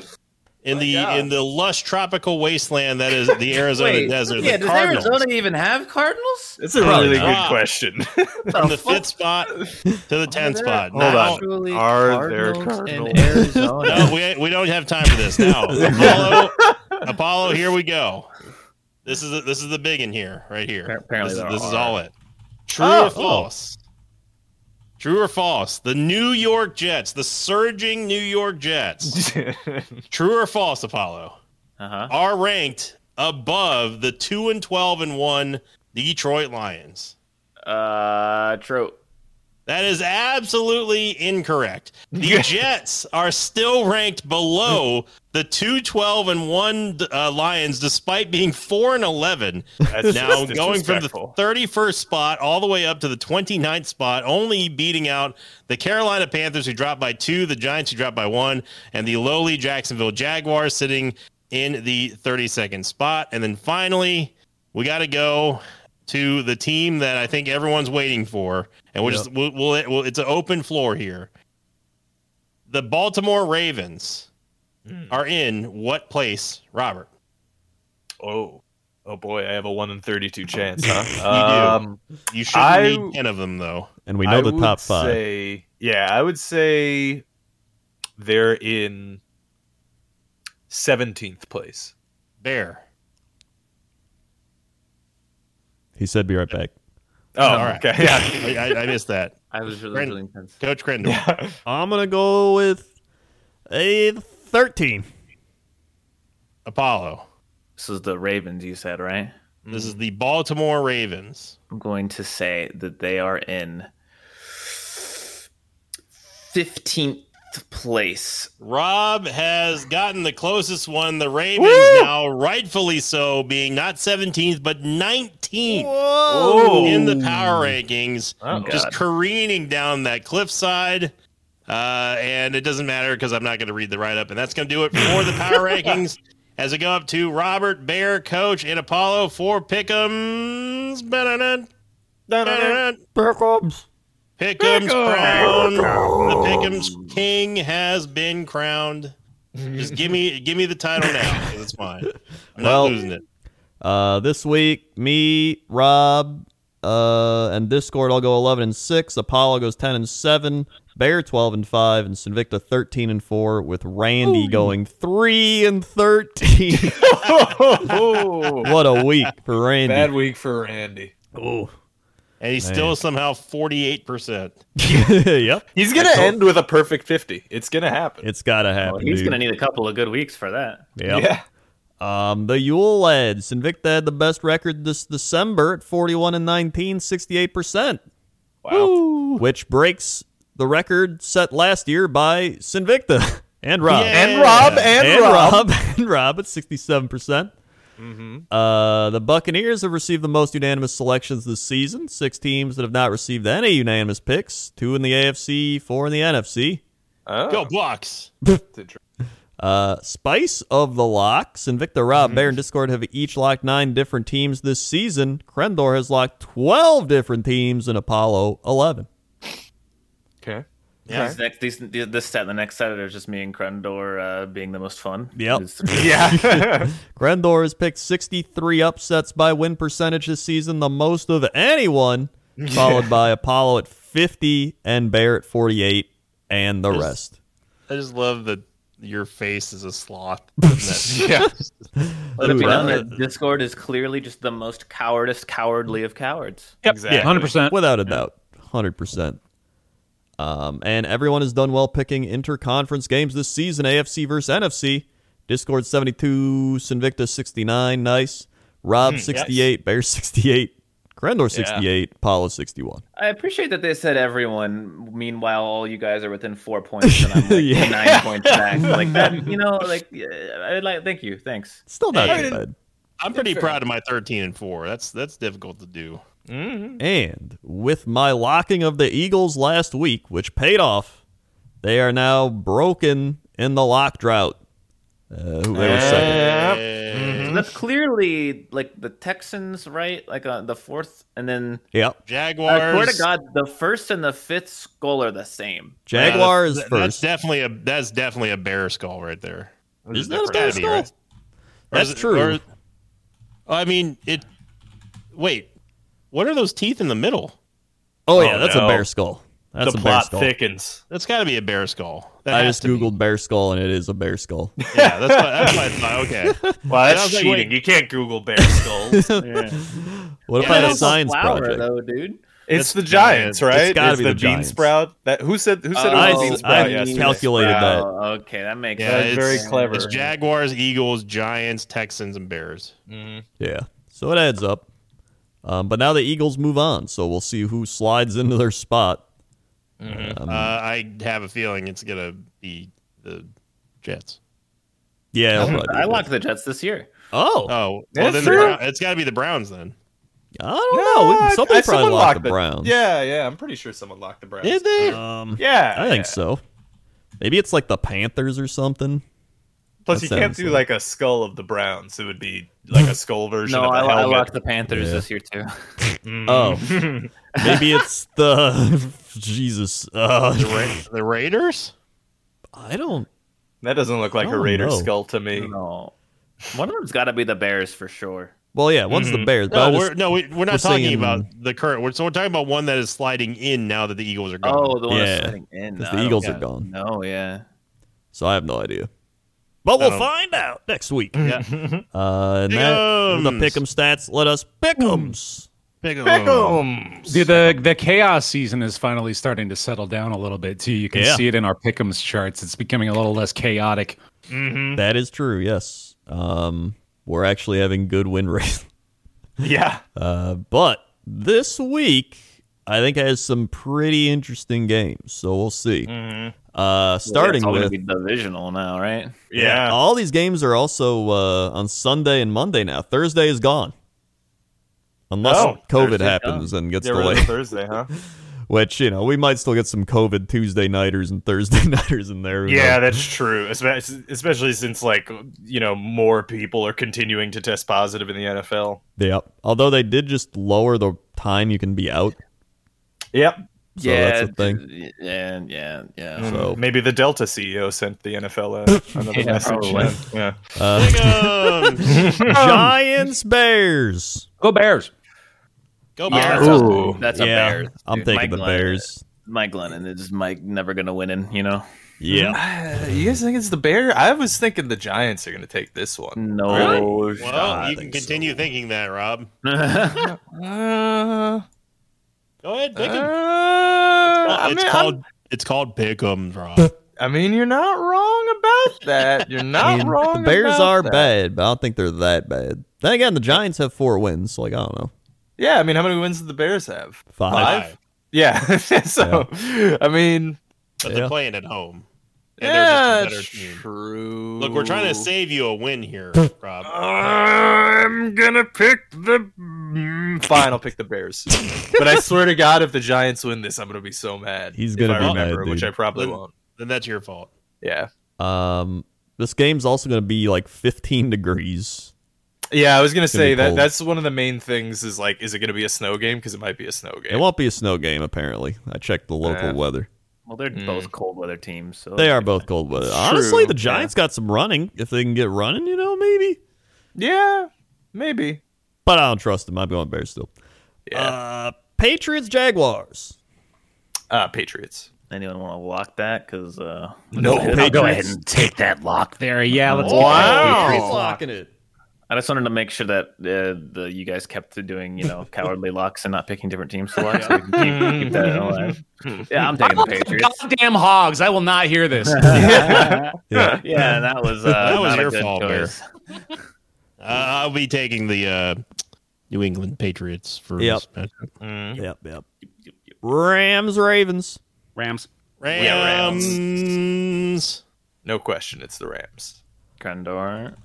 in the in the lush tropical wasteland that is the Arizona Wait, desert. yeah, the does Cardinals Arizona even have Cardinals? That's a really Probably good not. question. from the fifth spot to the tenth Are spot. there Hold Now- on. Are there Cardinals? in Arizona? No, we, we don't have time for this now. Apollo, Apollo, here we go. This is this is the big in here, right here. Appar- apparently this, is, there this is are. all it. True or false? True or false? The New York Jets, the surging New York Jets. True or false, Apollo? Uh-huh. Are ranked above the two and twelve and one Detroit Lions. Uh, true. That is absolutely incorrect. The Jets are still ranked below the 212 and 1 uh, Lions despite being 4 and 11. That's now just going from the disrespectful. 31st spot all the way up to the 29th spot, only beating out the Carolina Panthers, who dropped by two, the Giants, who dropped by one, and the lowly Jacksonville Jaguars sitting in the 32nd spot. And then finally, we got to go to the team that I think everyone's waiting for, and we'll just we'll, we'll, we'll it's an open floor here. The Baltimore Ravens are in what place, Robert? Oh, oh boy, I have a one in thirty-two chance, You huh? do. um, You shouldn't I- need ten of them though. And we know I the would top five. Say, yeah, I would say they're in seventeenth place. Bear. He said, "Be right back." Oh, All right. okay, yeah. I, I, I missed that. I was really, Brandon. really intense. Coach Crandall. I'm gonna go with a thirteen. Apollo. This is the Ravens you said, right? This is the Baltimore Ravens. I'm going to say that they are in 15th place. Rob has gotten the closest one. The Ravens now, rightfully so, being not 17th, but 19th in the power rankings. just God. careening down that cliffside. Uh, and it doesn't matter because I'm not going to read the write up. And that's going to do it for the power rankings as we go up to Robert, Bear, Coach, and Apollo for Pick'ems. Ba-da-da, ba-da-da. Pickums. Pick'em's crown. The Pick'em's king has been crowned. Just give me give me the title now. 'cause It's mine. I'm not Well- losing it. Uh, this week, me, Rob, uh, and Discord all go eleven and six. Apollo goes ten and seven. Bear twelve and five, and Sinvicta thirteen and four. With Randy going three and thirteen. oh, what a week for Randy. bad week for Randy. And he's still somehow 48%. yep, He's gonna end with a perfect fifty. It's gonna happen. it's gotta happen. He's dude. going to need a couple of good weeks for that. Yep. Yeah. Um, the Yule Lads. Invicta had the best record this December at 41 and 19, 68%, Wow. which breaks the record set last year by Sinvicta and Rob. Yeah. And Rob and, Rob. Mm-hmm. and Rob at 67%. percent Uh, the Buccaneers have received the most unanimous selections this season. Six teams that have not received any unanimous picks two in the AFC, four in the NFC. Oh, Go Bucks. it's interesting. Uh, Spice of the Locks and Victor Mm-hmm. Rob Bear and Discord have each locked nine different teams this season. Krendor has locked 12 different teams and Apollo 11. Okay. These next, these, these, this set and the next set are just me and Krendor uh, being the most fun. Yep. It's- Yeah. Krendor has picked 63 upsets by win percentage this season, the most of anyone, followed by Apollo at 50 and Bear at 48 and the rest. I just love that your face is a sloth. That- yeah. Let it be Ooh, known that- that Discord is clearly just the most cowardest, cowardly of cowards. Exactly. Yeah, hundred percent. Without a doubt, 100%. Um, and everyone has done well picking interconference games this season AFC versus NFC. Discord 72, Sinvicta 69, nice. Rob 68, Bear 68, Grandor 68, Apollo 61. I appreciate that they said everyone. Meanwhile, all you guys are within four points, and I'm like Yeah. nine points back. Like that, you know. Like yeah, I like. Thank you. Thanks. Still not Hey. too bad. I'm pretty proud of my 13 and 4. That's that's difficult to do. And with my locking of the Eagles last week, which paid off, they are now broken in the lock drought. Uh, who they were Eh. second. Hey. That's clearly like the Texans, right? Like uh, the fourth, and then Yep. I swear Jaguars. to God, the first and the fifth skull are the same. Jaguar Yeah, is that's- That's first. definitely a that's definitely a bear skull right there. Is that a Gotta bear be, skull? right? Or is That's it- true. or- I mean, it. Wait, what are those teeth in the middle? oh, yeah, Oh, that's a no. bear skull. That's the a bear plot skull. thickens. That's got to be a bear skull. That I has just to be. googled bear skull and it is a bear skull. Yeah, that's what, that's what I thought. Okay. Well, I that's was like, cheating. wait. you can't Google bear skulls. What Yeah, about a that's a science flower, project? though, dude. it's the Giants. Giants, right? It's gotta be the the, bean Giants. sprout. That who said who said I- it was a bean I sprout? yesterday? calculated that. Oh, okay, that makes Yeah, That's it's, sense. very clever. It's Jaguars, Eagles, Giants, Texans, and Bears. Yeah. So it adds up. Um, but now the Eagles move on, so we'll see who slides into their spot. Uh, I have a feeling it's gonna be the Jets. Yeah, it'll probably I be- locked the Jets this year. Oh, Oh, well, then the true. Brown, it's got to be the Browns then. I don't know. I- We- Somebody I- probably someone locked the Browns. Yeah, yeah. I'm pretty sure someone locked the Browns. Did they? Um, Yeah, I think yeah. so. Maybe it's like the Panthers or something. Plus, That you can't sounds do like- like a skull of the Browns. It would be like a skull version No, of a I, I helmet. locked the Panthers Yeah. this year too. Mm. Oh, maybe it's the Jesus. Uh, Ra- the Raiders? I don't. That doesn't look like I a don't Raider know. skull to me. No, one of them's got to be the Bears for sure. Well, yeah, one's the Bears, but Mm-hmm. No, I just- we're no, we, we're not we're talking saying- about the current. We're, so we're talking about one that is sliding in now that the Eagles are gone. Oh, the one Yeah, that's sitting in. 'cause No, the I don't Eagles are got- gone. No, yeah. so I have no idea. But we'll don't- find out next week. Oh. Yeah. Uh, and that, the Pick'ems. pick'em stats. Let us pick'ems. Pick 'em. Pick'ems. Dude, the the chaos season is finally starting to settle down a little bit too. You can Yeah. see it in our pick'ems charts. It's becoming a little less chaotic. That is true. Yes. Um, we're actually having good win rate. Yeah. Uh, but this week, I think has some pretty interesting games. So we'll see. Uh, starting Mm-hmm. it's all with gonna be divisional now, right? Yeah. all these games are also uh, on Sunday and Monday now. Thursday is gone. Unless Oh, COVID Thursday's happens and gets Get rid of delayed, the Thursday, huh? which you know we might still get some COVID Tuesday nighters and Thursday nighters in there. who yeah, knows? that's true. Espe- Especially since, like, you know, more people are continuing to test positive in the NFL. yeah. Although they did just lower the time you can be out, Yep. so yeah, that's a thing. d- Yeah, yeah, yeah. So- Mm, Maybe the Delta CEO sent the NFL uh, another Yeah, message. probably. Yeah. Uh, Pick 'em. Giants Bears. Go Bears! Go Yeah, Bears. that's, Ooh. a, that's a yeah, Bears. I'm dude. taking Mike the Glennon- Bears. Mike Glennon is Mike never gonna win in, you know? Yeah. Uh, you guys think it's the Bear? I was thinking the Giants are going to take this one. Oh, No Well, shot. you can continue thinking that, Rob. Uh, Go ahead, pick 'em. Uh, I it's mean, called I'm- it's called pick 'em, Rob. I mean, you're not wrong about that. You're not I mean, wrong. the Bears about are that. bad, but I don't think they're that bad. Then again, the Giants have four wins. So like I don't know, Yeah, I mean, how many wins did the Bears have? five. Five. Yeah. so, I mean, But Yeah. they're playing at home. And yeah, they're just a better team. true. Look, we're trying to save you a win here, Rob. I'm gonna pick the. Fine, I'll pick the Bears. but I swear to God, if the Giants win this, I'm gonna be so mad. He's if gonna I be remember, mad, which dude. I probably Then- won't. Then that's your fault. Yeah. Um, this game's also going to be like 15 degrees. Yeah, I was gonna gonna be say that. cold. That's one of the main things. Is like, is it gonna be a snow game? Because it might be a snow game. It won't be a snow game apparently. I checked the local Yeah. weather. well, they're Mm. both cold weather teams, so They are both cold weather. Honestly, the Giants got some running if they can get running. You know, maybe. Yeah, maybe. But I don't trust them. I'm going Bears still. Yeah, Uh, Patriots Jaguars. uh, Patriots. Anyone want to lock that? Because uh, No, I'll go ahead and take that lock there. Yeah, let's Wow. get that Patriots Patriots lock. locking it. I just wanted to make sure that uh, the you guys kept doing you know cowardly locks and not picking different teams to lock. So we can keep, keep that alive. Yeah, I'm taking the Patriots. Goddamn hogs! I will not hear this. Yeah. Yeah, that was uh, That was not a your good fault, Bear. choice. Uh, I'll be taking the uh, New England Patriots for Yep. this matchup. Mm-hmm. Yep. Yep. Rams Ravens. Rams. Rams. Rams. No question, it's the Rams. Condor.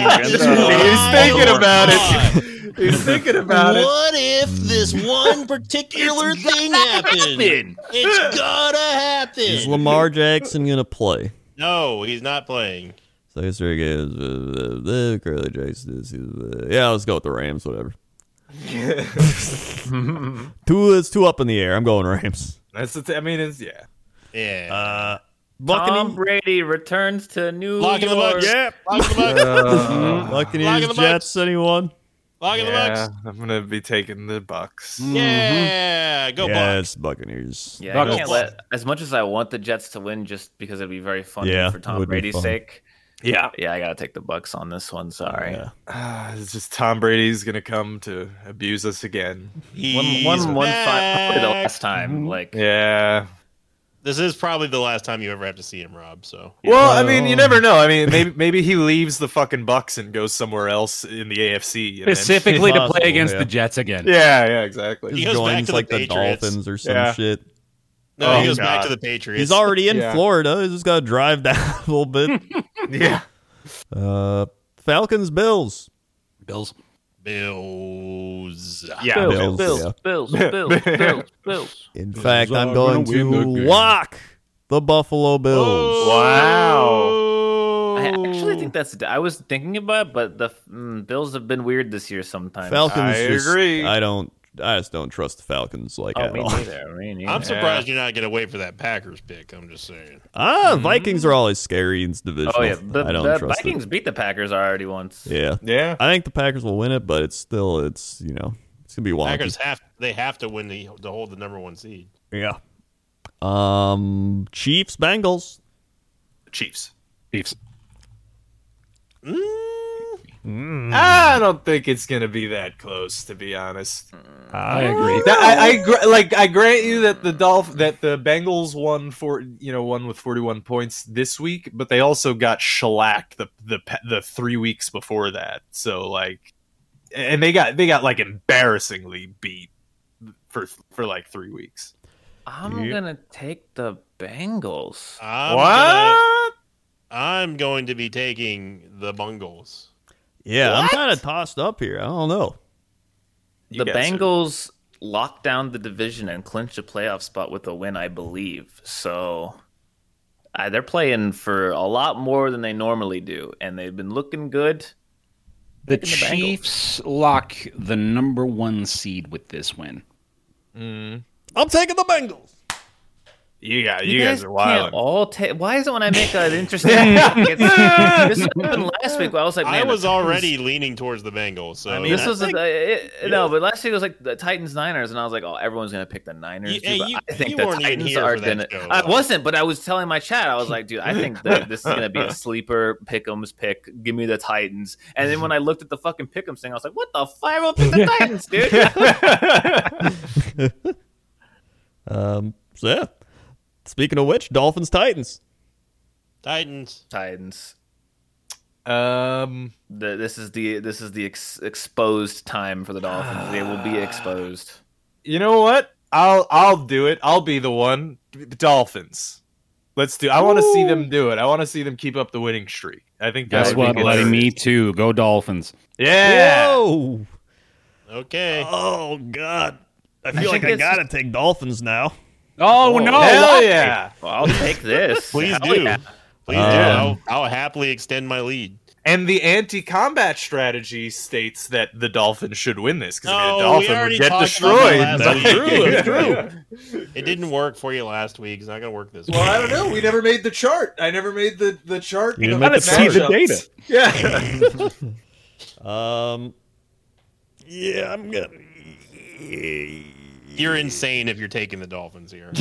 He's thinking about it. He's thinking about it. What if this one particular thing happened? It's gotta Is happen. Lamar Jackson gonna play? No, he's not playing. So history games, uh, the Curly Jackson. this is, uh, yeah, let's go with the Rams. Whatever. two it's two up in the air. I'm going Rams. That's the. T- I mean, it's yeah. Yeah. Uh, Tom Buccaneers, Brady returns to New Lock in the York. Bucks. Lock in the Bucks. Lock in Buccaneers, Uh, the Jets. Anyone? Lock in the yeah, Bucks. I'm gonna be taking the Bucks. Yeah. Go Bucks. yes, Buccaneers. Yeah, I Bucks. can't let, as much as I want the Jets to win, just because it'd be very fun Yeah, for it Tom would be Brady's fun. sake. Yeah, Yeah, I gotta take the Bucks on this one. Sorry. Yeah. Ah, it's just Tom Brady's gonna come to abuse us again. He's One, one, one, fi- probably the back. last time. Like, Yeah, This is probably the last time you ever have to see him, Rob. So Well, I mean, you never know. I mean, maybe maybe he leaves the fucking Bucks and goes somewhere else in the AFC. and then- Specifically to Possible, play against yeah. the Jets again. yeah, yeah, exactly. He Just goes back joins to the like the, Patriots. Dolphins or some Yeah. shit. no, Oh, he goes back God. to the Patriots. He's already in Yeah. Florida. He's just got to drive down a little bit. Yeah. Uh, Falcons, Bills. Bills. Bills. Yeah. Bills. yeah. Bills, Bills, Bills, Bills. In fact, I'm are going gonna win the to game. lock the Buffalo Bills. Wow. I Oh. actually think that's. I was thinking about, it, but the mm, Bills have been weird this year sometimes. Falcons. I just- agree. I don't. I just don't trust the Falcons like Oh, at me all. neither. Me neither. I'm surprised you're not going to wait for that Packers pick. I'm just saying. Ah, Vikings are always scary in this division. Mm-hmm. Oh yeah, the, I don't the trust it. Vikings beat the Packers already once. Yeah, Yeah. I think the Packers will win it, but it's still it's you know it's gonna be wonky. Packers have they have to win the to hold the number one seed. Yeah. Um, Chiefs, Bengals. Chiefs. Chiefs. I don't think it's gonna be that close, to be honest. I agree. That, I, I gr- like. I grant you that the Dolph that the Bengals won for you know won with forty one points this week, but they also got shellacked the the pe- the three weeks before that. So like, and they got they got like embarrassingly beat for for like three weeks. I'm Yep. Uh, gonna take the Bengals. I'm gonna- what? I'm going to be taking the Bungles. Yeah, I'm kind of tossed up here. I don't know. You the guys are- Bengals locked down the division and clinched a playoff spot with a win, I believe. So uh, they're playing for a lot more than they normally do, and they've been looking good. The the Bengals. Chiefs lock the number one seed with this win. I'm taking the Bengals. You got. You, guys, are wild. can't all take. Why is it when I make an interesting? pick, it's- this happened last week. Where I was like, I man, the was already leaning towards the Bengals. So I mean, This was a, it, no, but last week it was like the Titans Niners, and I was like, oh, everyone's gonna pick the Niners. You- dude, hey, but you- I think you the weren't even Titans here are for that gonna. show. I wasn't, but I was telling my chat, I was like, dude, I think that this is gonna be a sleeper pick'ems pick. Give me the Titans. And then when I looked at the fucking pick'ems thing, I was like, what the fuck? Everyone picked the Titans, dude. Um, so yeah. Speaking of which, Dolphins, Titans. Titans. Titans. Um. The, this is the this is the ex- exposed time for the Dolphins. They will be exposed. You know what? I'll I'll do it. I'll be the one. Dolphins. Let's do. I want to see them do it. I want to see them keep up the winning streak. I think that Guess would be what, good. buddy? Me too. Go Dolphins. Yeah. Whoa. Okay. Oh God. I feel think like I it's just- gotta take Dolphins now. Oh, no! Hell yeah! Well, I'll take this. Please Hell do. yeah. Please do. I'll, I'll happily extend my lead. And the anti-combat strategy states that the Dolphins should win this because I mean, No, a Oh, we dolphin already would get talked about destroyed. that last week. That's true. It didn't work for you last week. It's not going to work this Well, week. I don't know. We never made the chart. I never made the the chart. You didn't of make the chart. matchups. Data. Yeah. Um. Yeah, I'm gonna. You're insane if you're taking the Dolphins here.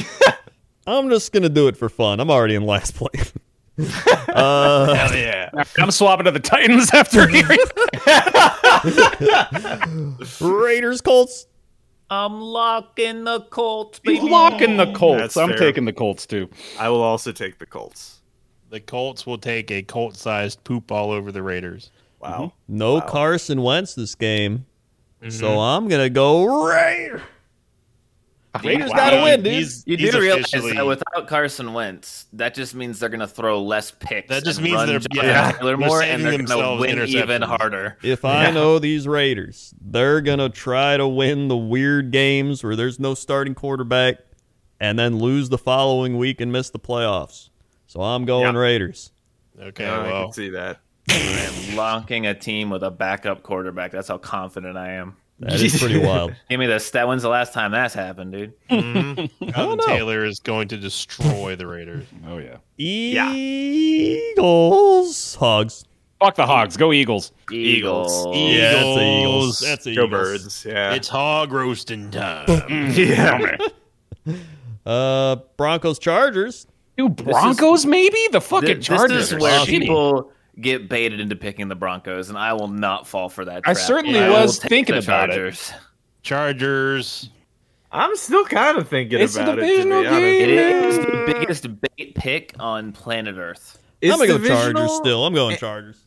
I'm just gonna do it for fun. I'm already in last place. Hell yeah. I'm swapping to the Titans after hearing. Raiders, Colts. I'm locking the Colts. Baby. Locking the Colts. That's I'm fair. taking the Colts too. I will also take the Colts. The Colts will take a Colt-sized poop all over the Raiders. Wow. No Carson Wentz this game, so I'm gonna go Raiders. Raiders gotta win, dude. He's- You he's do realize officially- that without Carson Wentz, that just means they're going to throw less picks. That just and means run they're- Jonathan yeah. They're Taylor more, saving and they're going to themselves win even interceptions. harder. If I know these Raiders, they're going to try to win the weird games where there's no starting quarterback and then lose the following week and miss the playoffs. So I'm going Raiders. Okay, Yeah, I well, can see that. I'm locking a team with a backup quarterback. That's how confident I am. That is pretty wild. Give me the stat. When's the last time that's happened, dude? Jonathan Taylor is going to destroy the Raiders. Oh yeah. Eagles, Hogs. Fuck the Hogs. Go Eagles. Eagles. Yeah, that's the Eagles. That's the Go Eagles. birds. Yeah. It's hog roasting time. yeah. Uh, Broncos, Chargers. Dude, Broncos maybe? The fucking Th- Chargers. This are is where shitty. people get baited into picking the Broncos, and I will not fall for that. I trap. certainly I will was take thinking the about it. Chargers. Chargers. I'm still kind of thinking It's a about it. To be divisional honest, It is the biggest bait pick on planet Earth. It's I'm gonna go divisional. Chargers still. I'm going Chargers.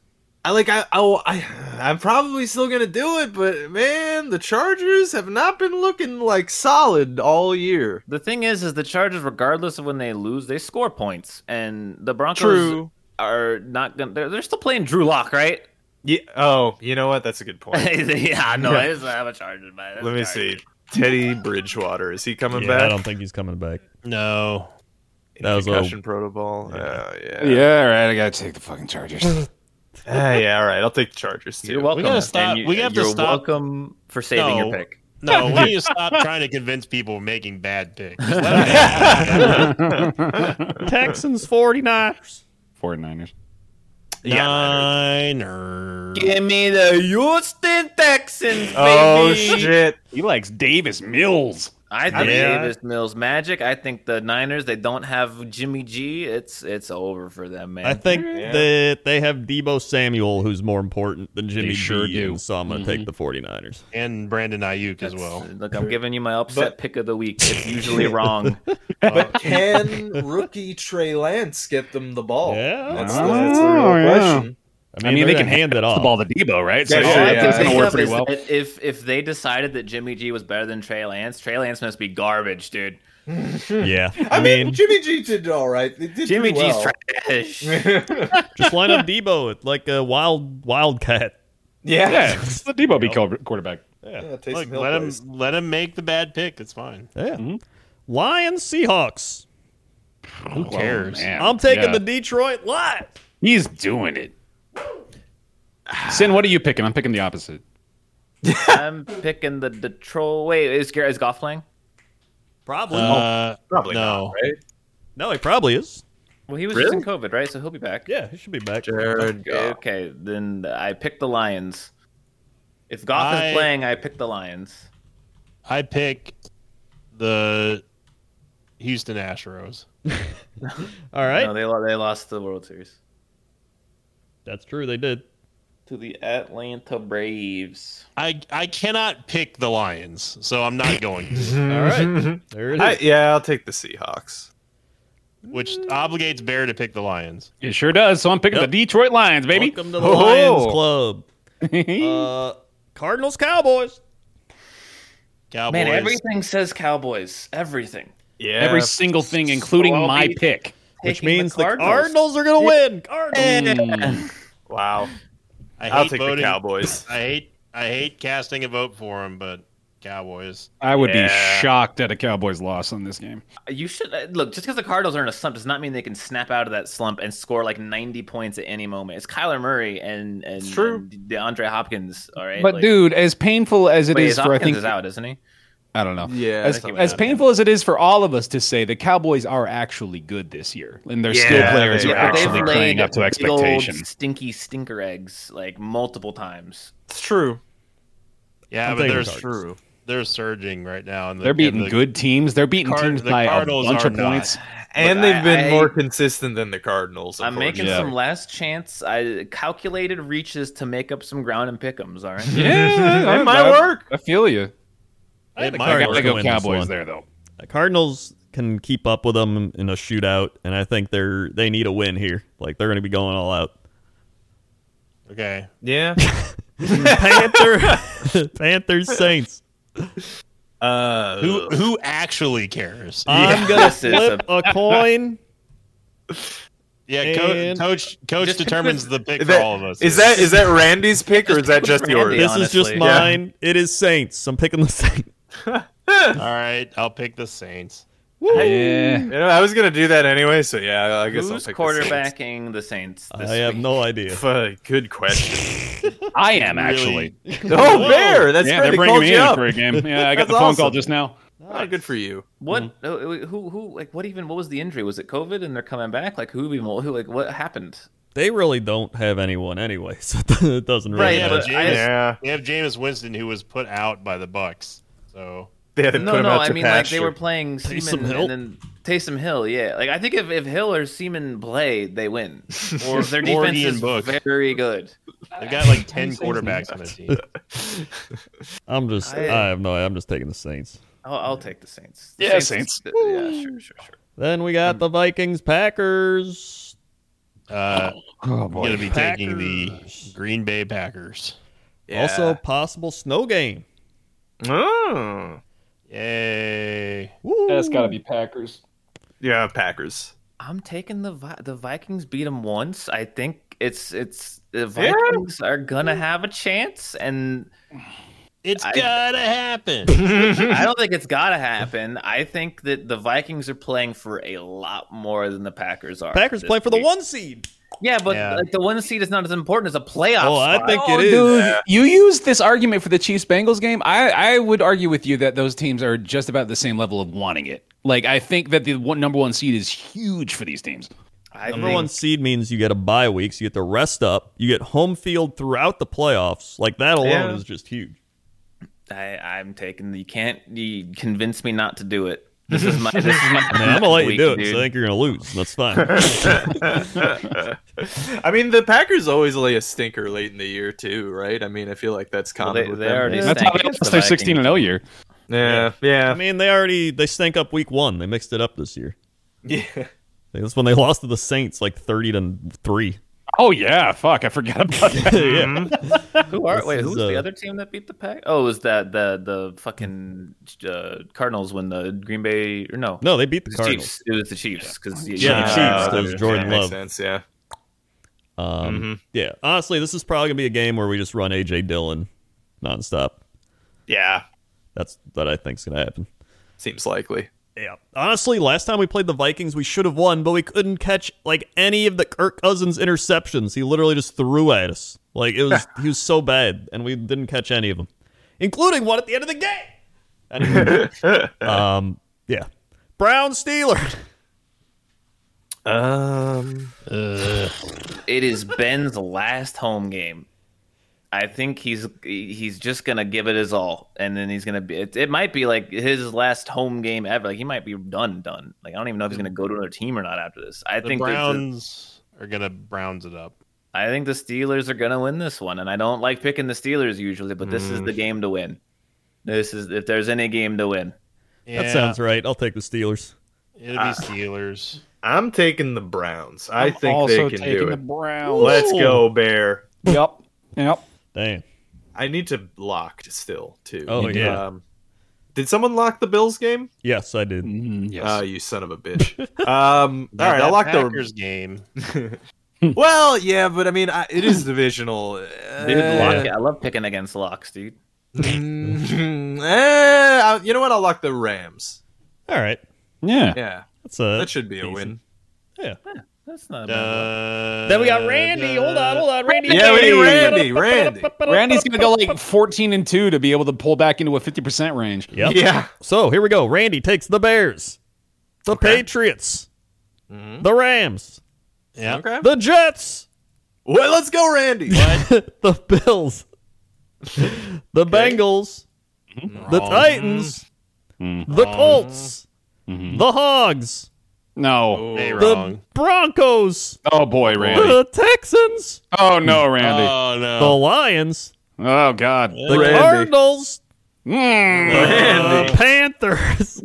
I like. I, I. I. I'm probably still gonna do it, but man, the Chargers have not been looking like solid all year. The thing is, is the Chargers, regardless of when they lose, they score points, and the Broncos True. are not gonna. They're, they're still playing Drew Lock, right? Yeah. Oh, you know what? That's a good point. yeah, no, I just have a Chargers. man. That's Let me Chargers. see. Teddy Bridgewater is he coming Yeah, I back? don't think he's coming back. No. In that was a- concussion protocol. Oh, yeah. Yeah, all right. I gotta take the fucking Chargers. Ah, yeah. All right. I'll take the Chargers too. You're welcome. gotta stop- and You, we have to you're stop- welcome for saving No. your pick. No, we need to stop trying to convince people we're making bad picks. Let them have it. Texans 49ers. 49ers. Niners. Give me the Houston Texans, baby. Oh shit! He likes Davis Mills. I think Yeah. Davis Mills magic. I think the Niners they don't have Jimmy G. It's it's over for them, man. I think that they have Debo Samuel, who's more important than Jimmy sure G, do. and so I'm going to take the 49ers. And Brandon Ayuk as That's- well. Look, I'm giving you my upset pick of the week. It's usually wrong. Oh, But can rookie Trey Lance get them the ball? Yeah. that's, the, that's the real Oh, yeah. question. I mean, they they're can gonna hand it off. the ball to Debo, right? So Yeah, yeah, sure, it's yeah. gonna Pick work up pretty is well. that If if they decided that Jimmy G was better than Trey Lance, Trey Lance must be garbage, dude. Yeah. I mean, Jimmy G did all right. They did Jimmy do well. G's trash. just line up Debo with like a wild wildcat. Yeah. Yeah, it's the Debo be called quarterback. Yeah, Taysom Look, Hill let him plays. let him make the bad pick. It's fine. Yeah. Lions Seahawks. Who cares? I'm taking the Detroit Lions. He's doing it. Sin, what are you picking? I'm picking the opposite. I'm picking the Detroit. Wait, is Gar- is Goff playing? Probably. Uh, Oh, Probably no. not, right? no, he probably is. Well, he was just in COVID, right? So he'll be back. Yeah, he should be back. Jared Goff. Okay, then I pick the Lions. If Goff I- is playing, I pick the Lions. I pick the Houston Astros. All right. No, they lo- they lost the World Series That's true. They did. to the Atlanta Braves. I I cannot pick the Lions, so I'm not going. to, All right. There it is. I, yeah, I'll take the Seahawks. which obligates Bear to pick the Lions. It sure does. So I'm picking Yep. the Detroit Lions, baby. Welcome to the Ho, ho. Lions Club. Uh, Cardinals Cowboys. Cowboys. Man, everything says Cowboys. Everything. Yeah. Every single thing, including I'll my be- pick. Which Taking the means the Cardinals, Cardinals. are going to win. Mm. Cardinals. wow. I hate I'll take voting. the Cowboys. I hate I hate casting a vote for him, but Cowboys. I would Yeah. be shocked at a Cowboys loss on this game. You should uh, look. Just because the Cardinals are in a slump does not mean they can snap out of that slump and score like 90 points at any moment. It's Kyler Murray and and, true. and DeAndre Hopkins. All right, But like, dude, as painful as it wait, is for I Hopkins think is out, isn't he? I don't know. Yeah. As, something as like painful as it is for all of us to say, the Cowboys are actually good this year, and they're still Yeah, players they who are are. But they've actually laid playing up to big old expectation. stinky stinker eggs like multiple times. that. It's true. Yeah, I'm but taking they're the Cardinals. True. they're surging right now, and the, They're beating and the- good teams. They're beating Card- teams the by a Cardinals bunch are of not. points. And But they've been I- more consistent than the Cardinals. I'm making Yeah. some last chance I calculated reaches to make up some ground and pickums. All right. Yeah, It might work. I feel you. It the might I Cardinals. work. gotta Win go this Cowboys one. there though. The Cardinals can keep up with them in a shootout, and I think they're they need a win here. Like they're going to be going all out. Okay, Yeah. Panther, Panthers, Saints. Uh, who who actually cares? Uh, I'm gonna This is flip a coin. yeah, co- and- coach coach Just pick determines the pick is for that- all of us. Is that is that Randy's pick or is that just Randy. yours? This is just honestly. mine. It is Saints. I'm picking the Saints. all right? I'll pick the Saints. Yeah. You know, I was gonna do that anyway, so yeah, I guess I'll Who's pick quarterbacking the Saints? This I have week? no idea. The Saints. Fuck, good question. I am Really- actually. oh, Bear, that's yeah, great. they're They bringing called me you in up. for a game. Yeah, I got That's the phone call awesome. just now. Oh, good for you. What? uh, Who? Who? who- Like, what even? What was the injury? Was it COVID? And they're coming back? Like, who? Even? Who? Like, what happened? They really don't have anyone anyway, so it doesn't really Right, Yeah, matter. but but I- Jameis, Yeah. they have Jameis Winston who was put out by the Bucks. So They had to put No, him no. out I to mean, like, pasture. they were playing Seaman Hill? and then Taysom Hill. Yeah. Like, I think if, if Hill or Seaman play, they win. Or their or defense Ian is Book. very good. they've got like ten quarterbacks on their team. I'm just, I, I- have no. I'm just taking the Saints. I'll, I'll take the Saints. The Yeah, Saints. Yeah, sure, sure, sure. Then we Um, got the Vikings Packers. Uh, I'm going to be taking the Packers. Green Bay Packers. Also, possible snow game. Oh. Yay. Woo. That's got to be Packers. Yeah, Packers. I'm taking the Vi- the Vikings beat them once. I think it's it's the Vikings are gonna have a chance, and It's I- gotta happen. I don't think it's gotta happen. I think that the Vikings are playing for a lot more than the Packers are. Packers this play for the week. one seed. Yeah, but Yeah. like the one seed is not as important as a playoff. Oh, I spot. think Oh, it is. dude, you used this argument for the Chiefs Bengals game. I, I would argue with you that those teams are just about the same level of wanting it. Like I think that the one, number one seed is huge for these teams. I Number think- one seed means you get a bye week, so you get to rest up. You get home field throughout the playoffs. Like that alone Yeah. is just huge. I, I'm taking. You can't. You convince me not to do it. This is my. This is my. Man, I'm gonna let you week, do it. 'cause dude. I think you're gonna lose. That's fine. I mean, the Packers always lay a stinker late in the year too, right? I mean, I feel like that's Well, common they- with they them. already yeah. That's how they Vikings, lost the their sixteen and zero year. Yeah, yeah. I mean, they already they stank up week one. They mixed it up this year. yeah. That's when they lost to the Saints, like thirty to three. Oh yeah, fuck! I forgot about that. Mm-hmm. yeah. Who are? This Wait, is, who's the uh, other team that beat the Pack? Oh, it was that the the fucking uh, Cardinals when the Green Bay or no? No, they beat the It was Cardinals. Chiefs. It was the Chiefs because Yeah, the Chiefs, that Uh, was Jordan yeah, makes Love. sense, yeah. Um, Mm. Mhm. Yeah, honestly, this is probably gonna be a game where we just run AJ Dillon nonstop. Yeah. That's what I think's gonna happen. Seems likely. Yeah. Honestly, last time we played the Vikings, we should have won, but we couldn't catch like any of the Kirk Cousins interceptions. He literally just threw at us. Like it was, he was so bad, and we didn't catch any of them, including one at the end of the game. Anyway, um, yeah. Brown Steelers. Um. It is Ben's last home game. I think he's he's just gonna give it his all, and then he's gonna be. It, it might be like his last home game ever. Like he might be done, done. Like I don't even know if he's gonna go to another team or not after this. I The think this is- Browns are gonna Browns it up. I think the Steelers are gonna win this one, and I don't like picking the Steelers usually, but this Mm. is the game to win. This is if there's any game to win. Yeah, That sounds right. I'll take the Steelers. It'll be Steelers. I'm taking the Browns. I I'm think also they can taking do the it. Browns. Let's go, Bear. Yep. Yep. Damn. I need to lock still too. Oh, yeah. Um, did someone lock the Bills game? Yes, I did. Mm, yes. Oh, you son of a bitch. um, all right, I That locked Packers game. the. Well, yeah, but I mean, I, it is divisional. Uh, Dude, Lock, I love picking against locks, dude. mm, eh, I- you know what? I'll lock the Rams. All right. yeah. Yeah, That's a that should be a win. That's not. a bad Uh, Then we got Randy. Hold on, hold on, Randy. Yeah, we need Randy. Randy. Randy's gonna go like fourteen and two to be able to pull back into a fifty percent range. Yep. Yeah. So here we go. Randy takes the Bears, the Patriots, the Rams, Yeah. Okay. the Jets, Well, let's go, Randy. the Bills, the Bengals, the Wrong. Titans, the Colts, the Hogs, No. Hey, the wrong. Broncos, Oh boy, Randy. the Texans, Oh no, Randy. Uh, Oh no. the Lions, oh God. the Randy. Cardinals, Oh, Mm. the Panthers,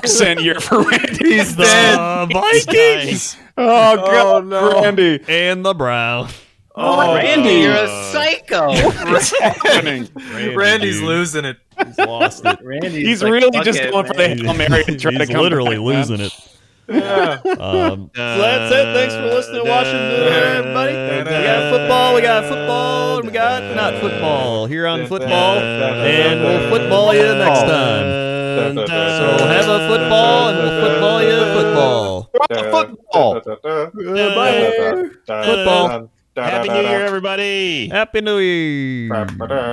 percent Mm, year for Randy. He's dead. the Vikings, Oh God, Randy, and the Browns. Oh, Randy, You're a psycho. what's happening? Randy's losing it. He's lost it. Randy's He's like, really "Fuck just it, going for the man." hail mary to try He's to come literally losing it. Um, so that's it. Thanks for listening, to Washington, Uh, everybody. We got football. We got football. and We got not football here on football, and we'll football you next time. So have a football, and we'll football you football. Football. Bye. Football. Happy New Year, everybody. Happy New Year.